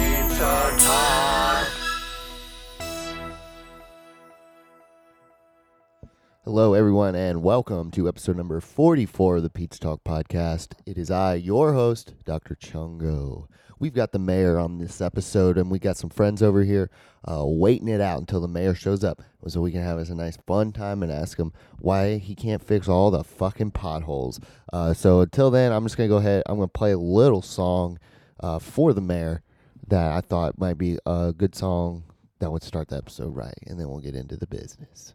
After Dark. Hello, everyone, and welcome to episode number 44 of the Pete's Talk podcast. It is I, your host, Dr. Chungo. We've got the mayor on this episode, and we got some friends over here uh, waiting it out until the mayor shows up so we can have us a nice fun time and ask him why he can't fix all the fucking potholes. Uh, so until then, I'm just going to go ahead. I'm going to play a little song uh, for the mayor that I thought might be a good song that would start the episode right, and then we'll get into the business.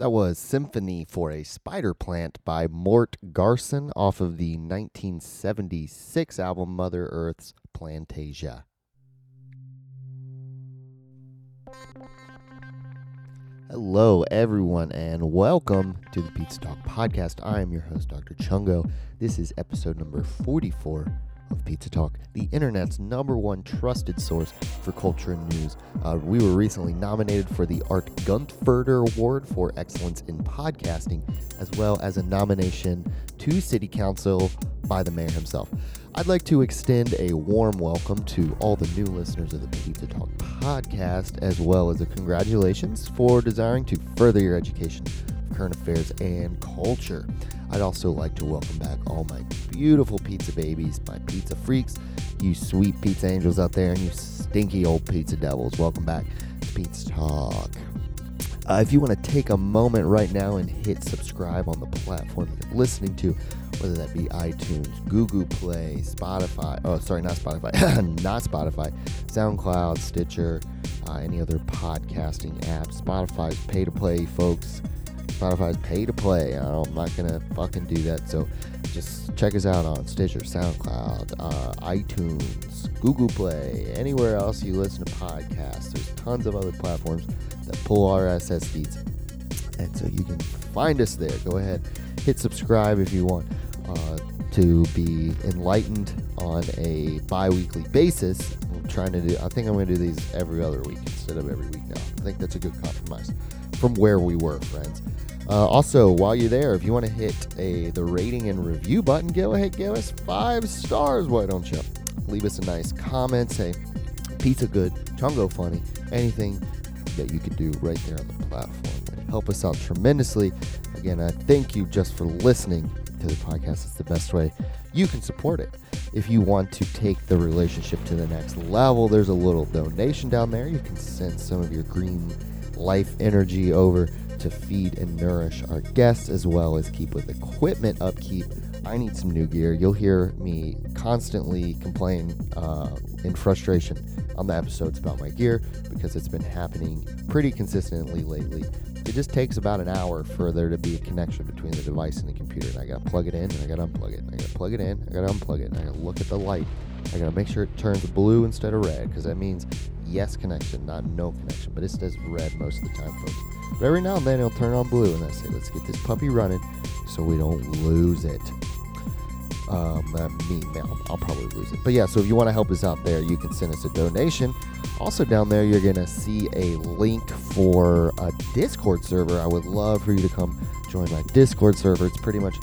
That was Symphony for a Spider Plant by Mort Garson off of the 1976 album Mother Earth's Plantasia. Hello, everyone, and welcome to the Pizza Talk Podcast. I am your host, Dr. Chungo. This is episode number 44 of Pizza Talk, the internet's number one trusted source for culture and news. Uh, we were recently nominated for the Art Guntferter Award for Excellence in Podcasting, as well as a nomination to City Council by the mayor himself. I'd like to extend a warm welcome to all the new listeners of the Pizza Talk podcast, as well as a congratulations for desiring to further your education of current affairs and culture. I'd also like to welcome back all my beautiful pizza babies, my pizza freaks, you sweet pizza angels out there, and you stinky old pizza devils. Welcome back to Pizza Talk. Uh, if you want to take a moment right now and hit subscribe on the platform that you're listening to, whether that be iTunes, Google Play, Spotify, oh, sorry, not Spotify, not Spotify, SoundCloud, Stitcher, uh, any other podcasting app, Spotify's pay to play, folks. Spotify's pay to play. I don't- I'm not going to fucking do that. So just check us out on Stitcher, SoundCloud, uh, iTunes, Google Play, anywhere else you listen to podcasts. There's tons of other platforms that pull RSS feeds. And so you can find us there. Go ahead, hit subscribe if you want uh, to be enlightened on a bi weekly basis. I'm trying to do, I think I'm going to do these every other week instead of every week now. I think that's a good compromise from where we were, friends. Uh, also, while you're there, if you want to hit a the rating and review button, go ahead, give us five stars. Why don't you? Leave us a nice comment. Say pizza good, chongo funny, anything that you could do right there on the platform would help us out tremendously. Again, I thank you just for listening to the podcast. It's the best way you can support it. If you want to take the relationship to the next level, there's a little donation down there. You can send some of your green life energy over to feed and nourish our guests as well as keep with equipment upkeep. I need some new gear. You'll hear me constantly complain uh, in frustration on the episodes about my gear because it's been happening pretty consistently lately. It just takes about an hour for there to be a connection between the device and the computer. And I gotta plug it in and I gotta unplug it. And I gotta plug it in, I gotta unplug it, and I gotta look at the light. I gotta make sure it turns blue instead of red because that means yes connection, not no connection. But it says red most of the time, folks. But every now and then it'll turn on blue, and I say, let's get this puppy running so we don't lose it. Um, uh, me, I'll, I'll probably lose it. But yeah, so if you want to help us out there, you can send us a donation. Also, down there, you're going to see a link for a Discord server. I would love for you to come join my Discord server. It's pretty much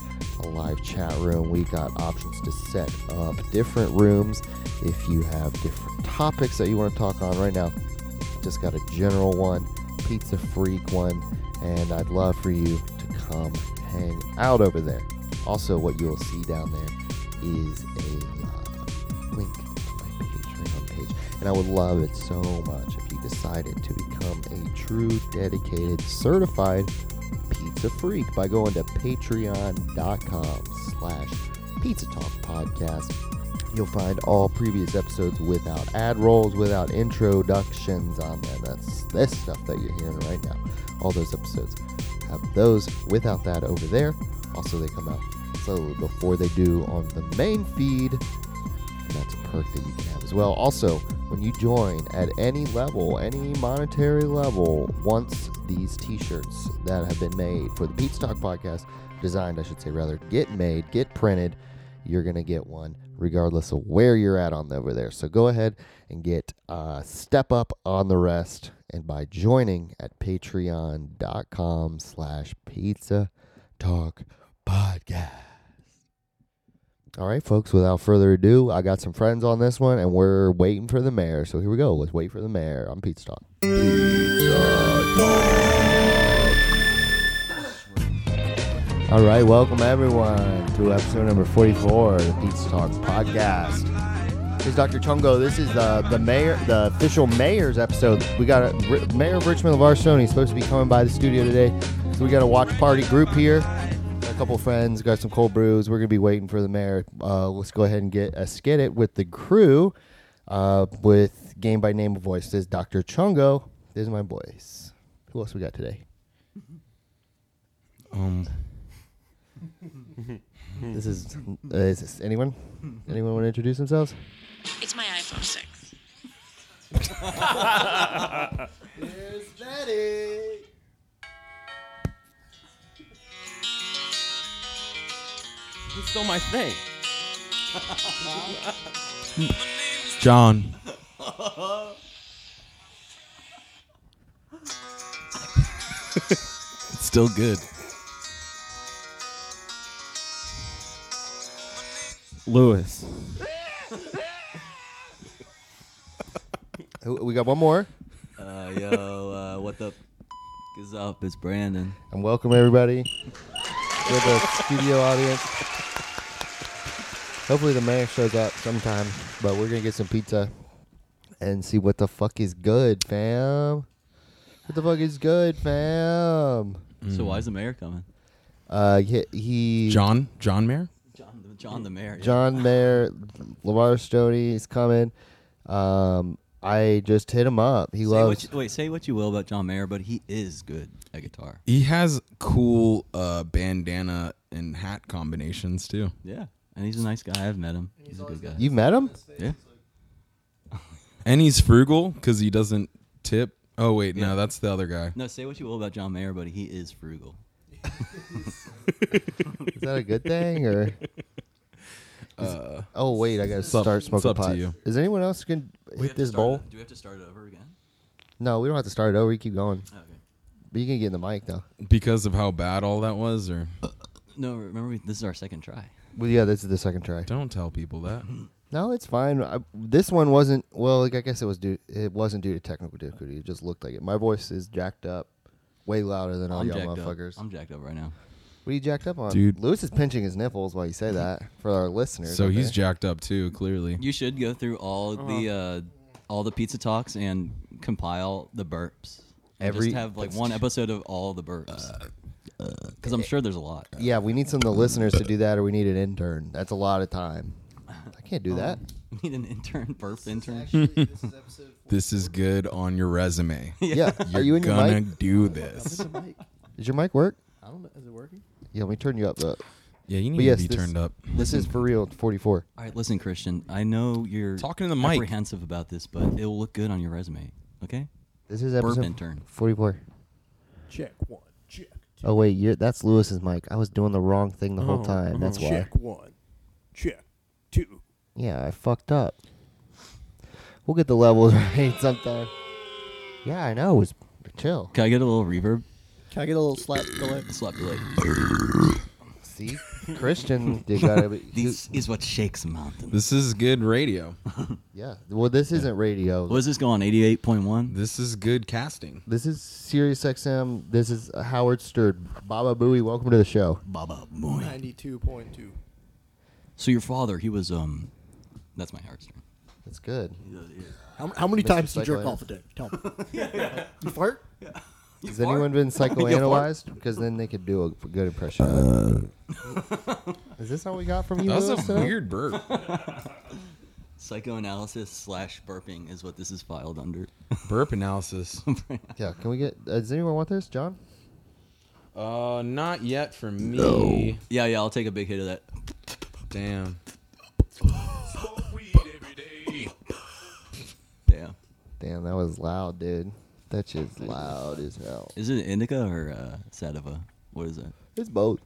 a live chat room. We've got options to set up different rooms if you have different topics that you want to talk on right now. Just got a general one, pizza freak one, and I'd love for you to come hang out over there. Also, what you'll see down there is a uh, link to my Patreon page, and I would love it so much if you decided to become a true, dedicated, certified pizza freak by going to patreon.com slash pizza talk podcast you'll find all previous episodes without ad rolls without introductions on them that's this stuff that you're hearing right now all those episodes have those without that over there also they come out slowly before they do on the main feed and that's a perk that you can have as well. Also, when you join at any level, any monetary level, once these t-shirts that have been made for the Pete Stock podcast, designed, I should say rather, get made, get printed, you're gonna get one regardless of where you're at on over there. So go ahead and get uh, step up on the rest and by joining at patreon.com slash pizza talk podcast. All right, folks, without further ado, I got some friends on this one and we're waiting for the mayor. So here we go. Let's wait for the mayor on Pizza Talk. All right, welcome everyone to episode number 44 of the Pizza Talk podcast. This is Dr. Chungo. This is the the mayor, the official mayor's episode. We got a, R- Mayor of Richmond Lavar He's supposed to be coming by the studio today, so we got a watch party group here. Got a couple friends, got some cold brews. We're gonna be waiting for the mayor. Uh, let's go ahead and get a skit it with the crew. Uh, with game by name of voice. This is Dr. Chungo. This is my voice. Who else we got today? Um, This is uh, is this anyone? Anyone want to introduce themselves? It's my iPhone 6. you stole my thing. John. it's still good. Lewis. Who- We got one more. Uh, yo, uh, what the f- is up? It's Brandon. And welcome everybody to the studio audience. Hopefully the mayor shows up sometime, but we're gonna get some pizza and see what the fuck is good, fam. What the fuck is good, fam? So why is the mayor coming? Uh, he, he John. John Mayer. John, the, John the mayor. yeah. John Mayer, Lavar Stoney is coming. Um, I just hit him up. He Say loves. what you, wait, say what you will about John Mayer, but he is good at guitar. He has cool uh, bandana and hat combinations too. Yeah, and he's a nice guy. I've met him. He's a good guy. You've met him? yeah. And he's frugal because he doesn't tip. Oh wait, no, that's the other guy. No, say what you will about John Mayer, but he is frugal. Is that a good thing or? Uh, Oh wait, I gotta up- start it's smoking up to pot. you. Is anyone else gonna hit this bowl? Do we have to start it over again? Oh, No, we don't have to start it over. You Oh, keep going. Okay. But you can get in the mic though. because of how bad all that was, or No, remember we, this is our second try. Well, yeah, this is the second try. don't tell people that. No, it's fine. I, this one wasn't. Well, like, I guess it was due. It wasn't due to technical difficulty. It just looked like it. My voice is jacked up, way louder than all I'm y'all jacked up. motherfuckers. I'm jacked up right now. what are you jacked up on, Dude. Lewis is pinching his nipples while you say that for our listeners. So out he's there. jacked up too, clearly. You should go through all the Uh-huh. uh, all the pizza talks and compile the burps. And Every- just have like one episode of all the burps. Because I'm sure there's a lot. Yeah, we need some of the listeners to do that, or we need an intern. That's a lot of time. I can't Um, do that. We need an intern, burp intern. this is episode This is good on your resume. Yeah, are you in your Gonna mic? do this. Is your mic work? I don't know. Is it working? Yeah, let me turn you up. Though. Yeah, you But need yes, to be this- turned up. This is for real. Forty four. All right, listen, Christian. I know you're Talking to the mic. apprehensive about this, but it will look good on your resume. Okay? This is Burp episode intern. forty four. Check one. Check two. Oh wait, you're, that's Lewis's mic. I was doing the wrong thing the whole time. That's why. Check one. Check two. Yeah, I fucked up. We'll get the levels right sometime. Yeah, I know. It was chill. Can I get a little reverb? Can I get a little slap delay? Slap your leg. See, Christian, you gotta be. you- This is what shakes mountains. This is good radio. yeah. Well, this isn't radio. What is this going? 88.1? This is good casting. This is Sirius XM. This is Howard Stern. Baba Booey, welcome to the show. Baba boy. Ninety-two point two. So your father, he was um, that's my heart string. That's good. How, how many Mr. times do you jerk Psychoanalyst. off a day? Tell me. you fart? Has anyone been psychoanalyzed? Because then they could do a good impression. of it. is this all we got from you? Uh, That was Lewis, a today? weird burp. Psychoanalysis slash burping is what this is filed under. Burp analysis. Yeah. Can we get? Uh, does anyone want this, John? Uh, not yet for me. yeah, yeah, I'll take a big hit of that. Damn. Damn. Damn, that was loud, dude. That shit's loud as hell. Is it indica or uh, sativa? What is that? It's both.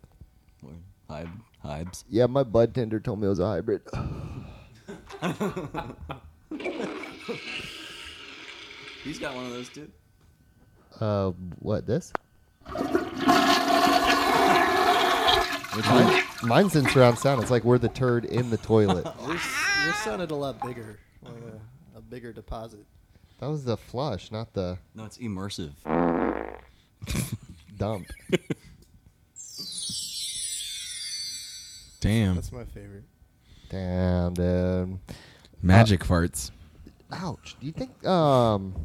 Or Hybe, hybes. Yeah, my bud tender told me it was a hybrid. He's got one of those too. Uh, what this? Which one? Mine's in surround sound. It's like we're the turd in the toilet. Yours, yours sounded a lot bigger, like a, a bigger deposit. That was the flush, not the No, it's immersive. dump. Damn. That's my favorite. Damn, dude. Magic farts. Ouch. Do you think um,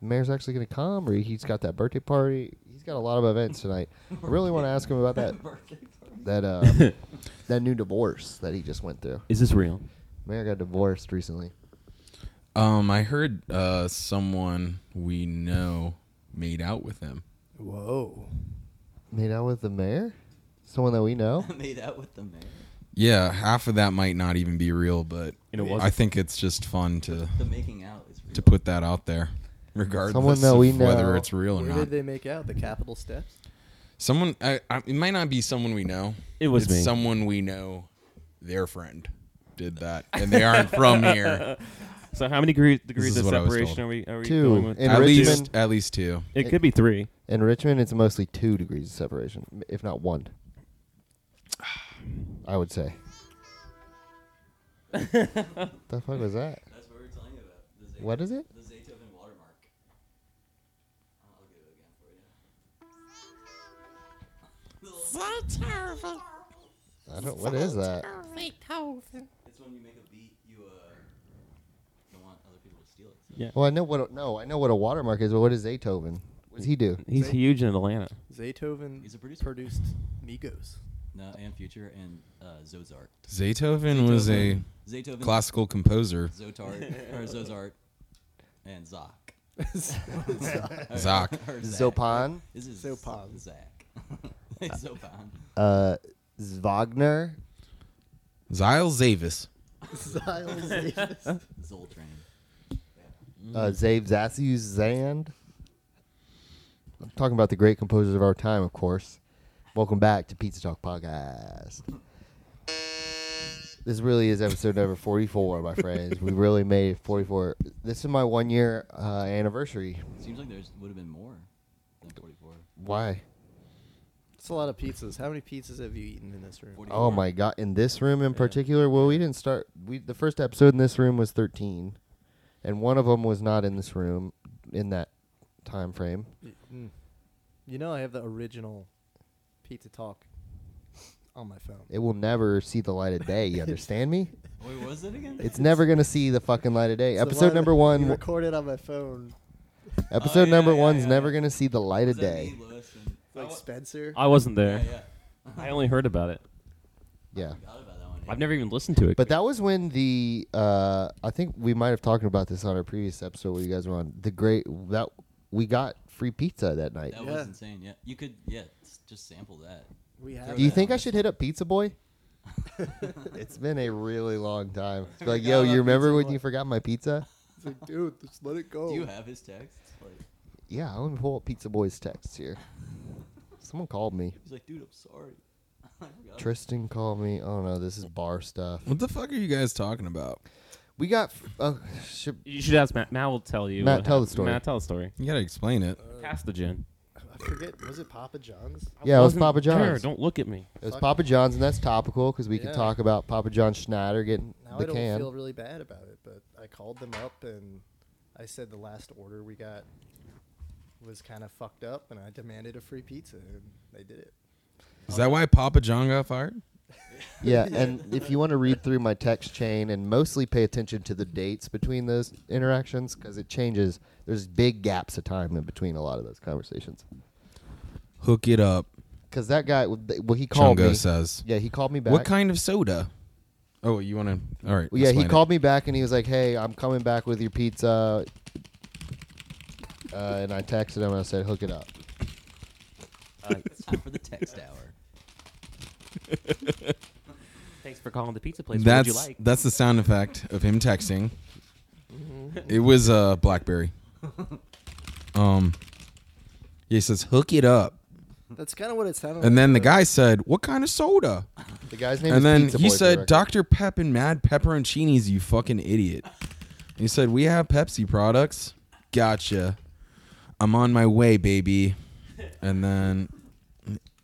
mayor's actually gonna come, or he's got that birthday party? He's got a lot of events tonight. I really want to ask him about that that uh, that new divorce that he just went through. Is this real? Mayor got divorced recently. Um, I heard uh someone we know made out with him. Whoa. Made out with the mayor? Someone that we know? Made out with the mayor. Yeah, half of that might not even be real, but And it I wasn't. think it's just fun to The making out is real. to put that out there, regardless Someone that of we know. whether it's real or Where not. did they make out? The Capitol steps. Someone, I, I, it might not be someone we know. It was it's me. someone we know. Their friend did that, and they aren't from here. So how many degrees, degrees is of what I was separation told. are we? Are we Two. Going with? In at Richmond- least, at least two. it could be three. In Richmond, it's mostly two degrees of separation, m- if not one. I would say. the fuck was that? That's what we were telling you about. The Zay- What is it? The Zaytoven watermark. I'll get it again for you. Beethoven. I don't. What is that? Beethoven. It's when you make a beat, you uh, don't want other people to steal it. So. Well, I know what. A, no, I know what a watermark is. But what is Beethoven? What does he do? He's huge in Atlanta. Zaytoven He's a producer. produced Migos. No, and Future and uh, Zozart. Beethoven was a Zaytoven, classical composer. Zotart, or Zozart, and Zoc. Zoc. Or Zach. Zopan, This is Zopan. Zach. Zopan. uh, Wagner, Zyle Zavis. Ziles. Zoltrain. uh, Zave Zasu Zand. I'm talking about the great composers of our time, of course. Welcome back to Pizza Talk Podcast. This really is episode number 44, my friends. We really made it 44. This is my one year uh, anniversary. Seems like there's would have been more. than 44. Why? It's a lot of pizzas. How many pizzas have you eaten in this room? 44. Oh my god! In this room in particular, well, we didn't start. We the first episode in this room was thirteen, and one of them was not in this room in that time frame. Mm. You know, I have the original pizza talk on my phone. It will never see the light of day. You understand me? Wait, what was it again? It's never gonna see the fucking light of day. It's the episode one number that one. you recorded on my phone, Episode yeah, number yeah, one's yeah, never yeah. gonna see the light Was of that day. me, Lewis, and- like Oh, Spencer. I wasn't there. Yeah, yeah. I only heard about it. Yeah. Forgot about that one, yeah. I've never even listened to it. But that was when the uh, I think we might have talked about this on our previous episode where you guys were on the great that we got free pizza that night. That Yeah. was insane. Yeah, you could. Yeah, s- just sample that. we have Do you that. think I should hit up Pizza Boy? it's been a really long time. It's like, yo, you remember when you forgot my pizza? It's like, dude, just let it go. Do you have his text? Like, Yeah, let me pull up Pizza Boy's texts here. Someone called me. he's like, dude, I'm sorry. I forgot. Tristan called me. Oh no, this is bar stuff. What the fuck are you guys talking about? We got. Oh, shit. you should ask Matt. Matt will tell you. Matt, what tell the happened. story. Matt, tell the story. You gotta explain it. Pass the gin. I forget. Was it Papa John's? I Yeah, it was wasn't Papa there. John's. Don't look at me. It was Papa John's, and that's topical because we Yeah. can talk about Papa John Schneider getting Now the I don't can. feel really bad about it, but I called them up and I said the last order we got was kind of fucked up, and I demanded a free pizza, and they did it. Is that why Papa John got fired? yeah, and if you want to read through my text chain and mostly pay attention to the dates between those interactions because it changes. There's big gaps of time in between a lot of those conversations. Hook it up. Because that guy, well, he called Chungo me. says. Yeah, he called me back. What kind of soda? Oh, you want to? All right. Well, yeah, he explain it. called me back and he was like, "Hey, I'm coming back with your pizza." Uh, and I texted him and I said, "Hook it up." Uh, it's time for the text hour. Thanks for calling the pizza place. That's what would you like? that's the sound effect of him texting. It was uh, BlackBerry. um, he says, "Hook it up," That's kind of what it sounded. and like, then the but guy said, "What kind of soda?" The guy's name. And is then pizza he Boy, for the said, record. "Dr Pep and Mad Pepperoncinis." You fucking idiot. And he said, "We have Pepsi products." Gotcha. I'm on my way, baby. And then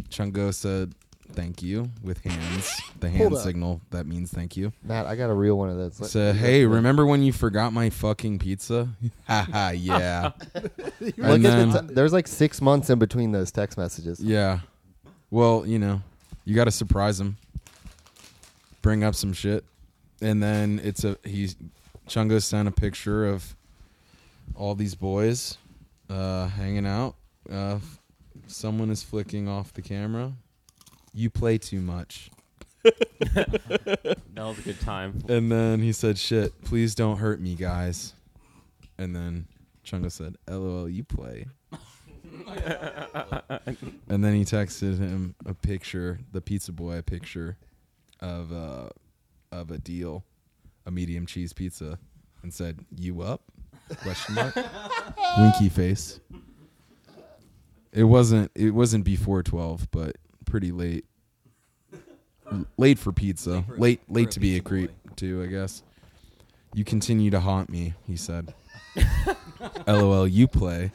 Chungo said, "Thank you" with hands. The hand up. signal that means thank you. Matt, I got a real one of those. Let- So hey, remember when you forgot my fucking pizza? Haha, yeah, Look And at the then- ti- there's like six months in between those text messages. yeah. Well, you know, you got to surprise him. Bring up some shit, and then it's a he's Chungo sent a picture of all these boys uh, hanging out. Uh, someone is flicking off the camera. You play too much. That was a good time. And then he said, "Shit, please don't hurt me, guys." And then Chungo said, "LOL, you play." and then he texted him a picture, the pizza boy a picture of uh of a deal, a medium cheese pizza, and said, "You up?" Question mark. Winky face. It wasn't. It wasn't before twelve, but pretty late. L- late for pizza. for a- Late. for Late a to be a pizza creep boy. too, I guess. You continue to haunt me, he said. LOL, you play.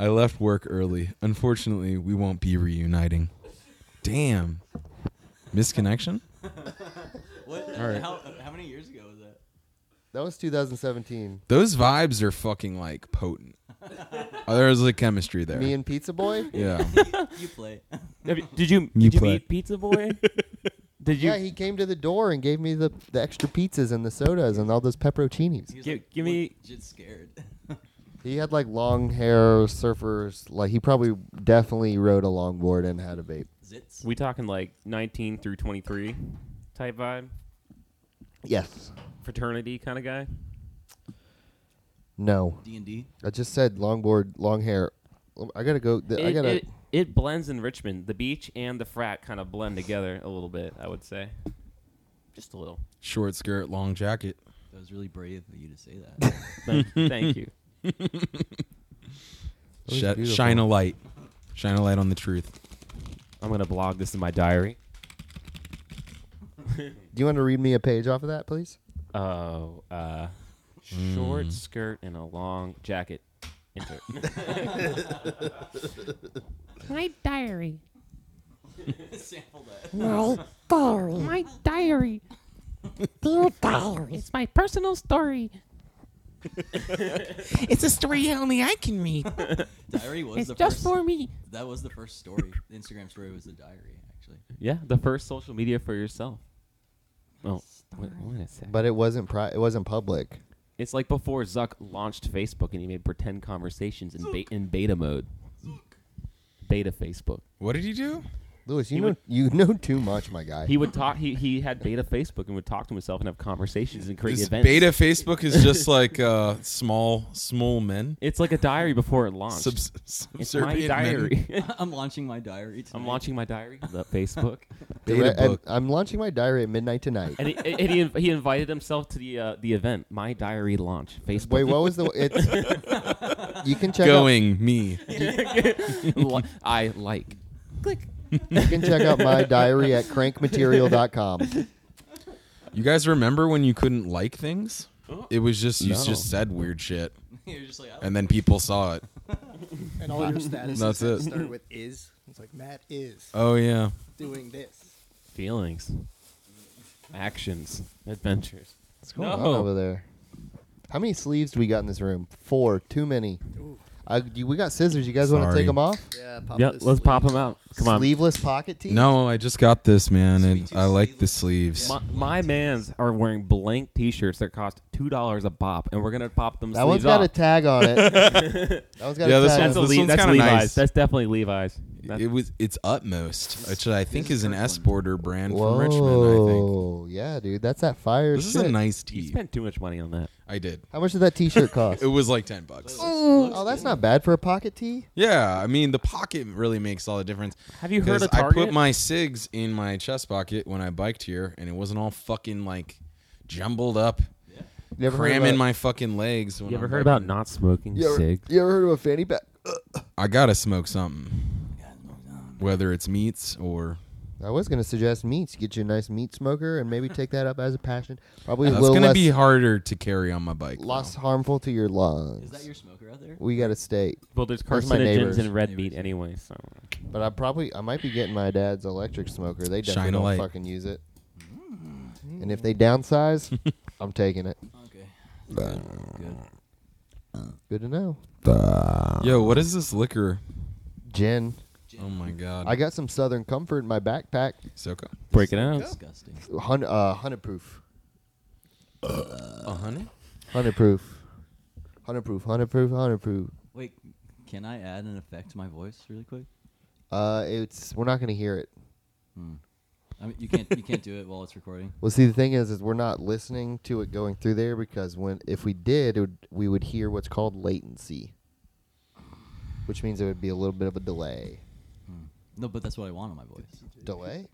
I left work early. Unfortunately, we won't be reuniting. Damn. Misconnection? What? right. How, how many years ago was that? That was 2017. Those vibes are fucking like potent. Oh, there's like chemistry there. Me and Pizza Boy. yeah. You play. Have you- Did you, You did you play. meet Pizza Boy? did you Yeah, he came to the door and gave me the, the extra pizzas and the sodas and all those pepperoncinis. He was Gi- like, give me- legit scared. He had like long hair, surfers. Like he probably definitely rode a longboard and had a vape. Zits. we talking like 19 through 23 type vibe? Yes. Fraternity kind of guy? No. D and D. I just said longboard, long hair. I gotta go. th- I it, gotta. it, it blends in Richmond. The beach and the frat kind of blend together a little bit, I would say. Just a little. Short skirt, long jacket. That was really brave of you to say that. Thank, thank you. That was Sh- beautiful. shine a light. Shine a light on the truth. I'm going to blog this in my diary. Do you want to read me a page off of that, please? Hmm. Oh, uh, short skirt and a long jacket Enter. My diary. Sample that. My diary. My diary. Dear diary. It's my personal story. It's a story only I can read. Diary was it's the just first. for me. That was the first story. The Instagram story was the diary, actually. yeah, the first social media for yourself. Oh, wait, wait a second. But it wasn't pri- it wasn't public. It's like before Zuck launched Facebook and he made pretend conversations in, be- in beta mode. Beta Facebook. What did you do? Lewis, you He know would- you know too much, my guy. He would talk. He, he had beta Facebook and would talk to himself and have conversations and create This events. beta Facebook is just like uh, small, small men. It's like a diary before it launched. Subs- it's my subservient men. diary. I'm launching my diary. Tonight. I'm launching my diary. The Facebook. Beta I, book. am launching my diary at midnight tonight. and he, and he, he invited himself to the uh, the event. My diary launch. Facebook. Wait, what was the? It's you can check Going me. Li- I like. Out, you can check out my diary at crankmaterial.com. You guys remember when you couldn't like things? It was just you Oh. No. just said weird shit, You're just like, I don't- and then people saw it. And all your statuses That's had to it. start with is. It's like Matt is Oh yeah, doing this. Feelings. Actions. Adventures. What's going on No. over there? How many sleeves do we got in this room? Four. Too many. I, you- we got scissors. You guys want to Sorry. take them off? Yeah, pop Yeah, this let's pop leaf. them out. Come on. Sleeveless pocket tee. no, I just got this man, and Sweet I like the sleeveless. sleeves. My, my mans are wearing blank T-shirts that cost two dollars a pop, and we're gonna pop them. That one's sleeves got a off. tag on it. that one's got Yeah, a this tag. one's That's, on it. a This Le- one's that's kinda Levi's. nice. That's definitely Levi's. That's- It was it's utmost, which I think this is an is S Kirkland. border brand Whoa. from Richmond. I think Yeah, dude. That's that fire this is shit. a nice you tee. spent too much money on that. I did. How much did that T-shirt cost? It was like ten bucks. oh, that's not bad for a pocket tee. Yeah, I mean the pocket really makes all the difference. Have you heard 'Cause of I put Target? my sigs in my chest pocket when I biked here, and it wasn't all fucking like jumbled up, You ever heard cramming about- my fucking legs. When You ever I'm heard biking. about not smoking You ever, cigs? you ever heard of a fanny pack? I gotta smoke something, whether it's meats or I was gonna suggest meats. Get you a nice meat smoker and maybe take that up as a passion. Probably a that's little gonna less, be harder to carry on my bike. less though. harmful to your lungs. Is that your smoker out there? we got a steak, Well, there's Where's my neighbors? carcinogens in red Neighbors. meat anyway. So but I probably I might be getting my dad's electric smoker. They definitely Shine a don't light. fucking use it. Mm. And if they downsize, I'm taking it. Okay. uh, Good. Good. Good to know. Yo, what is this liquor? Gin. Oh my god, I got some Southern Comfort in my backpack. Soka. break it out. Disgusting. Hundred uh, hundred proof. A hundred. Hundred proof. Hundred proof. Hundred proof. Hundred proof. Wait, can I add an effect to my voice really quick? Uh, it's we're not gonna hear it. I mean, you can't you can't do it while it's recording. Well, see, the thing is, is we're not listening to it going through there because when if we did, it would, we would hear what's called latency, which means there would be a little bit of a delay. No, but that's what I want on my voice. Delay,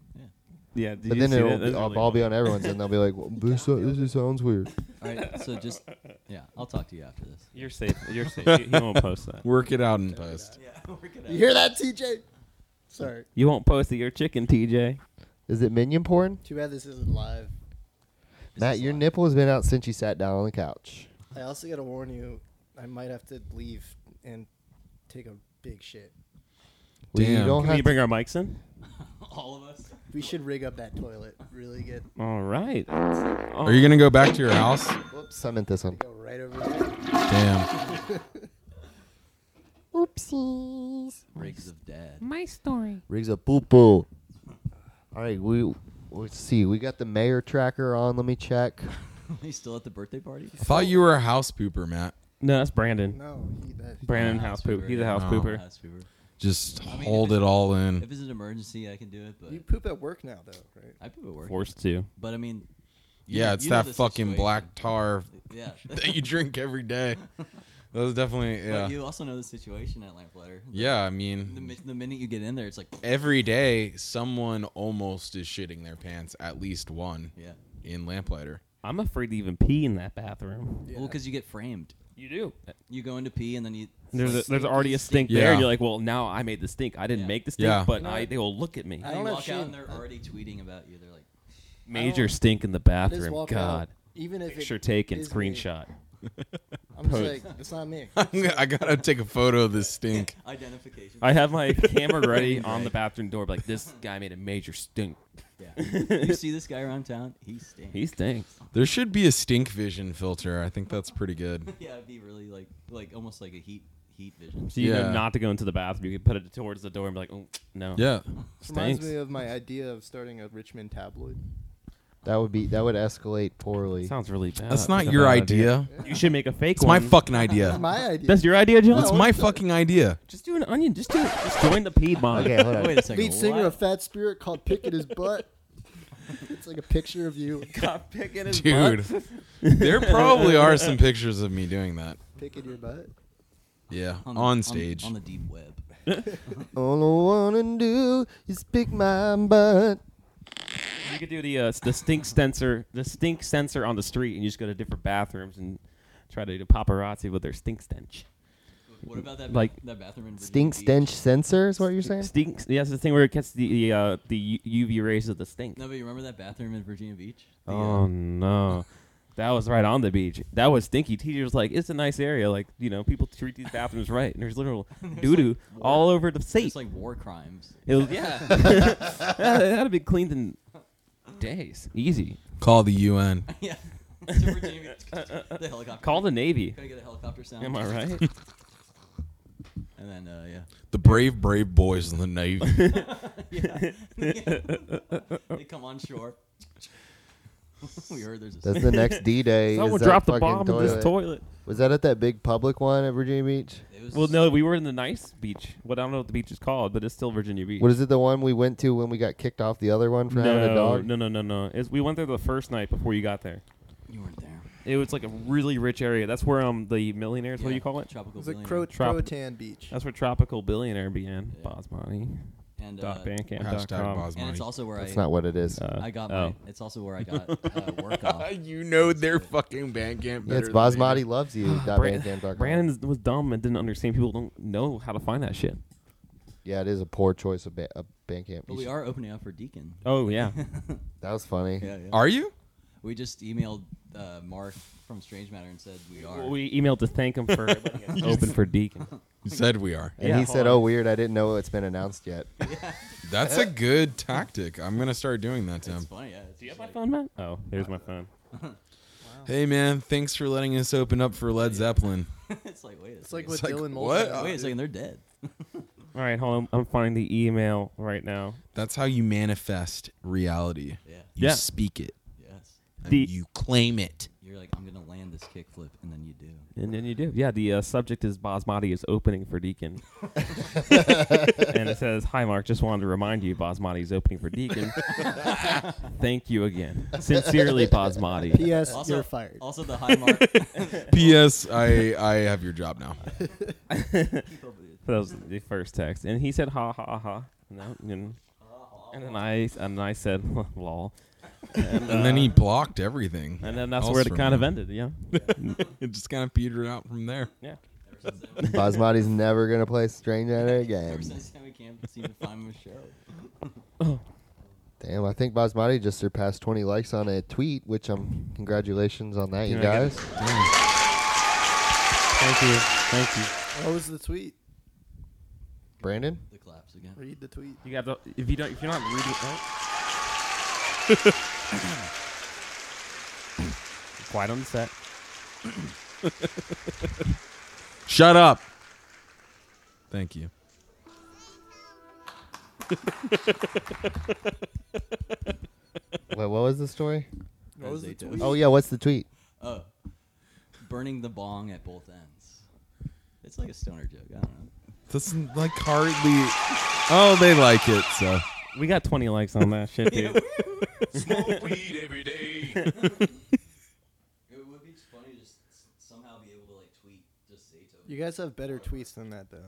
Yeah, but then it'll be, I'll, I'll be on everyone's, and theyll be like, well, "This uh, this sounds weird." All right, so just yeah, I'll talk to you after this. You're safe. You're safe. you, you won't post that. Work it out in post. You hear that, TJ? Sorry. You won't post that you're chicken, TJ. Is it minion porn? Too bad this isn't live. Matt, your nipple has been out since you sat down on the couch. I also gotta warn you, I might have to leave and take a big shit. Well, You Damn. don't Can have you to- bring our mics in? All of us. We should rig up that toilet. Really get All right. Are you gonna go back to your house? Whoops, I meant this one. go right over there. Damn. Oopsies. Rigs of dad. My story. Rigs a poo poo. All right, we let's see. We got the mayor tracker on. Let me check. Are you still at the birthday party? I thought you were a house pooper, Matt. No, that's Brandon. No, he, that, Brandon house poop. He's a house No. pooper. House pooper. Just mean, hold if it all If in. it's an emergency, I can do it, but you poop at work now, though, right? I poop at work. Forced to. But I mean, you Yeah, know- it's you know that the fucking situation. black tar Yeah. that you drink every day. That was definitely yeah. But you also know the situation at Lamplighter. The- yeah, I The, mean, mi- the minute you get in there, it's like, every day someone almost is shitting their pants, at least one yeah. in Lamplighter. I'm afraid to even pee in that bathroom. Well, because you get framed. You do. You go in to pee, and then you. it's like There's a, there's stinky, already a stink Yeah. there. and You're like, well, now I made the stink. I didn't Yeah. make the stink, Yeah. but I, they will look at I me. And don't you have walk out, shit. and they're already tweeting about you. They're like, Major stink in the bathroom. Just walk God. out. Even if Picture it taken, is me, screenshot. I'm just like, that's not me. I gotta take a photo of this stink. Identification. I have my camera ready on the bathroom door, like this guy made a major stink. yeah. you see this guy around town? He stinks. He stinks. There should be a stink vision filter. I think that's pretty good. yeah, it'd be really like like almost like a heat heat vision. So you Yeah. know not to go into the bathroom. You can put it towards the door and be like, oh no. Yeah. Reminds Stinks. me of my idea of starting a Richmond tabloid. That would be that would escalate poorly. Sounds really bad. That's not a your bad idea. You should make a fake It's my one. fucking idea. My idea. That's your idea, John. It's my fucking idea. Just do an onion. Just do. Just join the Piedmont. Okay, hold on. Wait a second. lead singer what? of Fat Spirit called Pick at His Butt. it's like a picture of you Cop picking his Dude. there probably are some pictures of me doing that. picking your butt. Yeah. On On, the- stage. on, the deep web. All I wanna do is pick my butt. You could do the uh, the stink sensor, the stink sensor on the street, and you just go to different bathrooms and try to do paparazzi with their stink stench. What about that? Like- Like that bathroom in Virginia Stink Beach? stench sensor is what you're saying? Stink. Yeah, it's the thing where it gets the uh, the U- UV rays of the stink. No, but you remember that bathroom in Virginia Beach? The, uh, Oh no. That was right on the beach. That was stinky. Teacher was like, "It's a nice area. Like, you know, people treat these bathrooms right." And there's literal doo doo all over the seat. it's like war crimes. It was yeah. that had to be cleaned in days. Easy. Call the UN. yeah. To Virginia Beach. the helicopter. Uh, Call the Navy. Gonna get a helicopter sound. Am I right? And then uh, yeah. The brave, brave boys in the Navy. they come on shore. we heard there's a That's the next D Day. Someone dropped the bomb in this toilet. Was that at that big public one at Virginia Beach? it was Well, no, we were in the nice beach. What I don't know what the beach is called, but it's still Virginia Beach. What is it the one we went to when we got kicked off the other one for having a no, dog? no, no, no, no. It's, we went there the first night before you got there. you weren't there. It was like a really rich area. That's where um the millionaires. What do Yeah, you call it? Tropical It's a billionaire. Cro- Trop- Croatan Beach. That's where tropical billionaire began. Yeah. Bosmani. and, uh, dot bandcamp dot Hashtag com. Bosmani. and it's also where That's I not what it is. Uh, I got oh. my. It's also where I got uh, work off. you know their fucking bandcamp. yeah, it's Basmati loves you. dot Bran- bandcamp.com. Brandon is- was dumb and didn't understand. People don't know how to find that shit. Yeah, it is a poor choice of, ba- of Bandcamp. But You we should- are opening up for Deacon. Oh yeah, That was funny. Yeah, yeah. Are you? We just emailed uh, Mark from Strange Matter and said we are. we emailed to thank him for open for Deacon. You said we are. And Yeah, he hold said, on. "Oh, weird! I didn't know it's been announced yet." That's a good tactic. I'm gonna start doing that to it's him. funny. Yeah. It's Do you just have my like- phone, Matt? Oh, there's my phone. Hey man, thanks for letting us open up for Led Zeppelin. it's like wait. A It's like uh, second. what like, Dylan what? Moulton. wait a second. They're dead. All right, hold on. I'm finding the email right now. That's how you manifest reality. Yeah. You Yeah. speak it. Yes. and The- you claim it. You're like I'm gonna land this kickflip, and then you do. And then you do. Yeah, the uh, subject is Basmati is opening for Deacon. and it says, Hi, Mark. Just wanted to remind you Basmati is opening for Deacon. Thank you again. Sincerely, Basmati. P.S. Also, You're fired. Also, the high mark. P.S. I I have your job now. That was the first text. And he said, Ha ha ha. No, and, and then I and I said, lol. And then he blocked everything. And then that's else where it from kind of him. ended. Yeah. It just kind of petered out from there. Yeah. Basmati's never gonna play Strange Matter Ever again. since then, we can't seem to find him a show. Damn, I think Basmati just surpassed 20 likes on a tweet, which um, congratulations on that, you Yeah, I got guys. Thank you. Thank you. what was the tweet? Brandon, The claps again. Read the tweet. You got the, if you don't if you're not reading oh. Quiet on the set. Shut up. Thank you. what, what was the story? What was the As they tweet? do. Oh yeah, what's the tweet? Oh, burning the bong at both ends. It's like a stoner joke. I don't know. Doesn't like hardly. Oh, they like it. So We got 20 likes on that shit, It dude. would be just funny to just s- somehow be able to like tweet just Sato. You guys have better tweets than that, though.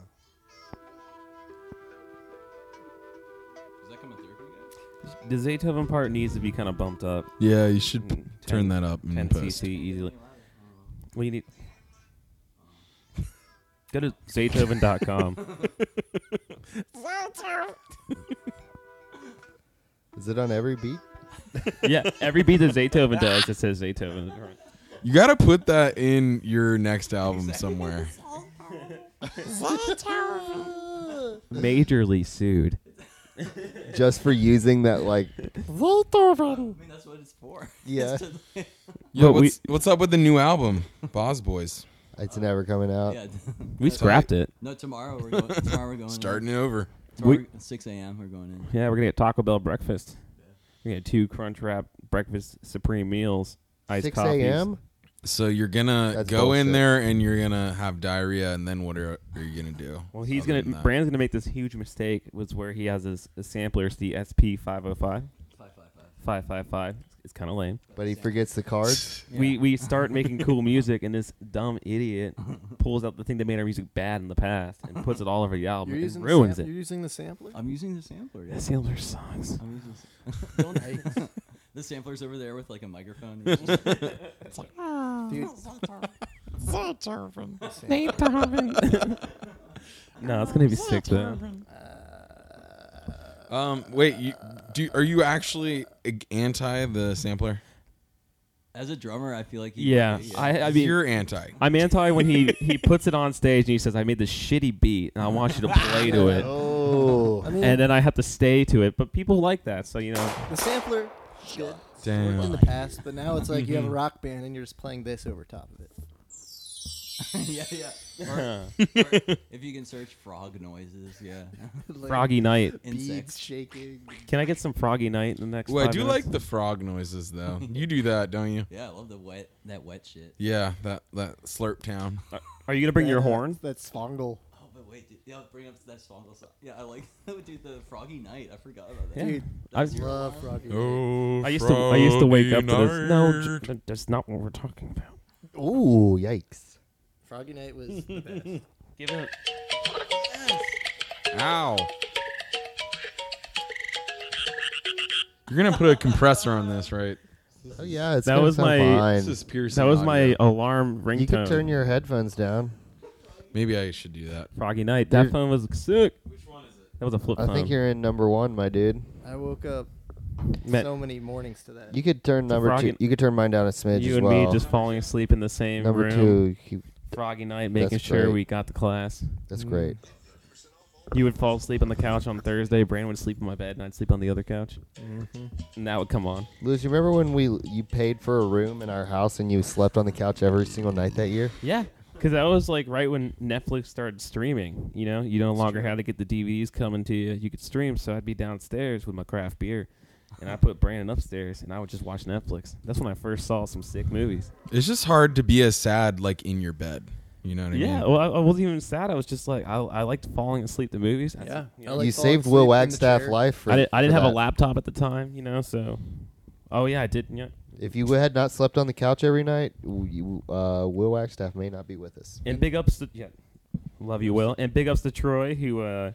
Is that coming through for you guys? The Zaytoven part needs to be kind of bumped up. yeah, you should p- Mm, turn 10 that up and 10 post. cc easily. We need. Go to Zaytoven.com. Is it on every beat? yeah, every beat that Zaytoven does, it says Zaytoven. You gotta put that in your next album somewhere. Majorly sued. just for using that like I mean, that's what it's for. yeah Yeah, But we- what's, what's up with the new album, Boz Boys? it's never coming out Yeah. We scrapped it. No, tomorrow we're going. Tomorrow Oh, we're going. in. Starting it over. Tomorrow, We- at 6 a.m. We're going in. Yeah, we're gonna get Taco Bell breakfast. We got two Crunch Wrap breakfast supreme meals. Iced 6 coffees. a.m So you're gonna That's go in bullshit. there and you're gonna have diarrhea, and then what are, are you gonna do? Well, he's other gonna than that? Brand's gonna make this huge mistake. Was where he has his, his sampler. It's the SP five hundred five. Five five five. Five five five. It's kind of lame. but he forgets the cards We we start making cool music, and this dumb idiot pulls out the thing that made our music bad in the past and puts it all over the album You're using and ruins the sam- it. You're using the sampler. I'm using the sampler. Yeah. That sampler sucks. I'm using the, Don't hate, the sampler's over there with like a microphone. It's just- dude. No, it's gonna be sick though. Um, wait, you, do are you actually ag- anti the sampler? As a drummer, I feel like he- Yeah, I, I mean, you're anti. I'm anti when he he puts it on stage and he says, "I made this shitty beat and I want you to play to it," oh and then I have to stay to it. But people like that, so you know. The sampler. Good. Worked in Damn. the past, but now it's like you have a rock band and you're just playing this over top of it. yeah, yeah. Or, or if you can search frog noises, yeah. Like Froggy Night. beads Insects. shaking. Can I get some Froggy Night in the next? Well, I five do minutes? like the frog noises though. You do that, don't you? Yeah, I love the wet that wet shit. Yeah, that that slurp town. Are you gonna bring your That- horn? That's Fongle. Oh, but wait, dude, yeah, bring up that song. also. Yeah, I like dude the Froggy Night. I forgot about that. Yeah. Dude, I, love Froggy. Oh, I used to I used to wake up to this. No, j- j- that's not what we're talking about. Ooh, yikes Froggy Night was the best. Give it. Ow. You're gonna put a compressor on this, right? oh yeah it's That gonna was sound my- fine. This is piercing. That was audio. my alarm ringtone. you can turn your headphones down Maybe I should do that. Froggy Night. That You're- phone was sick. Which one is it? That was a flip i phone. think you're in number one my dude I woke up Matt, so many mornings to that. you could turn number two froggy- you could turn mine down a smidge you as and well me just falling asleep in the same number room. two you- Froggy Night, making That's sure great. we got the class. that's great You would fall asleep on the couch on Thursday. Brandon would sleep in my bed, and I'd sleep on the other couch. And that would come on. Lewis, you remember when we you paid for a room in our house and you slept on the couch every single night that year? Yeah, because that was like right when Netflix started streaming. You know, you no longer had to get the DVDs coming to you. You could stream, so I'd be downstairs with my craft beer, and I put Brandon upstairs, and I would just watch Netflix. That's when I first saw some sick movies. It's just hard to be as sad like in your bed. You know what I Yeah, oh, mean? well, I, I wasn't even sad. I was just like, I, I liked falling asleep to movies. That's- Yeah. you I know, like you falling saved asleep Will in the Wagstaff chair. life. For, I didn't, I didn't for have a that. laptop at the time, you know, so. Oh yeah, I did. Yeah, If you had not slept on the couch every night, w- you, uh, Will Wagstaff may not be with us. and big ups to yeah, love you, Will, and big ups to Troy who uh,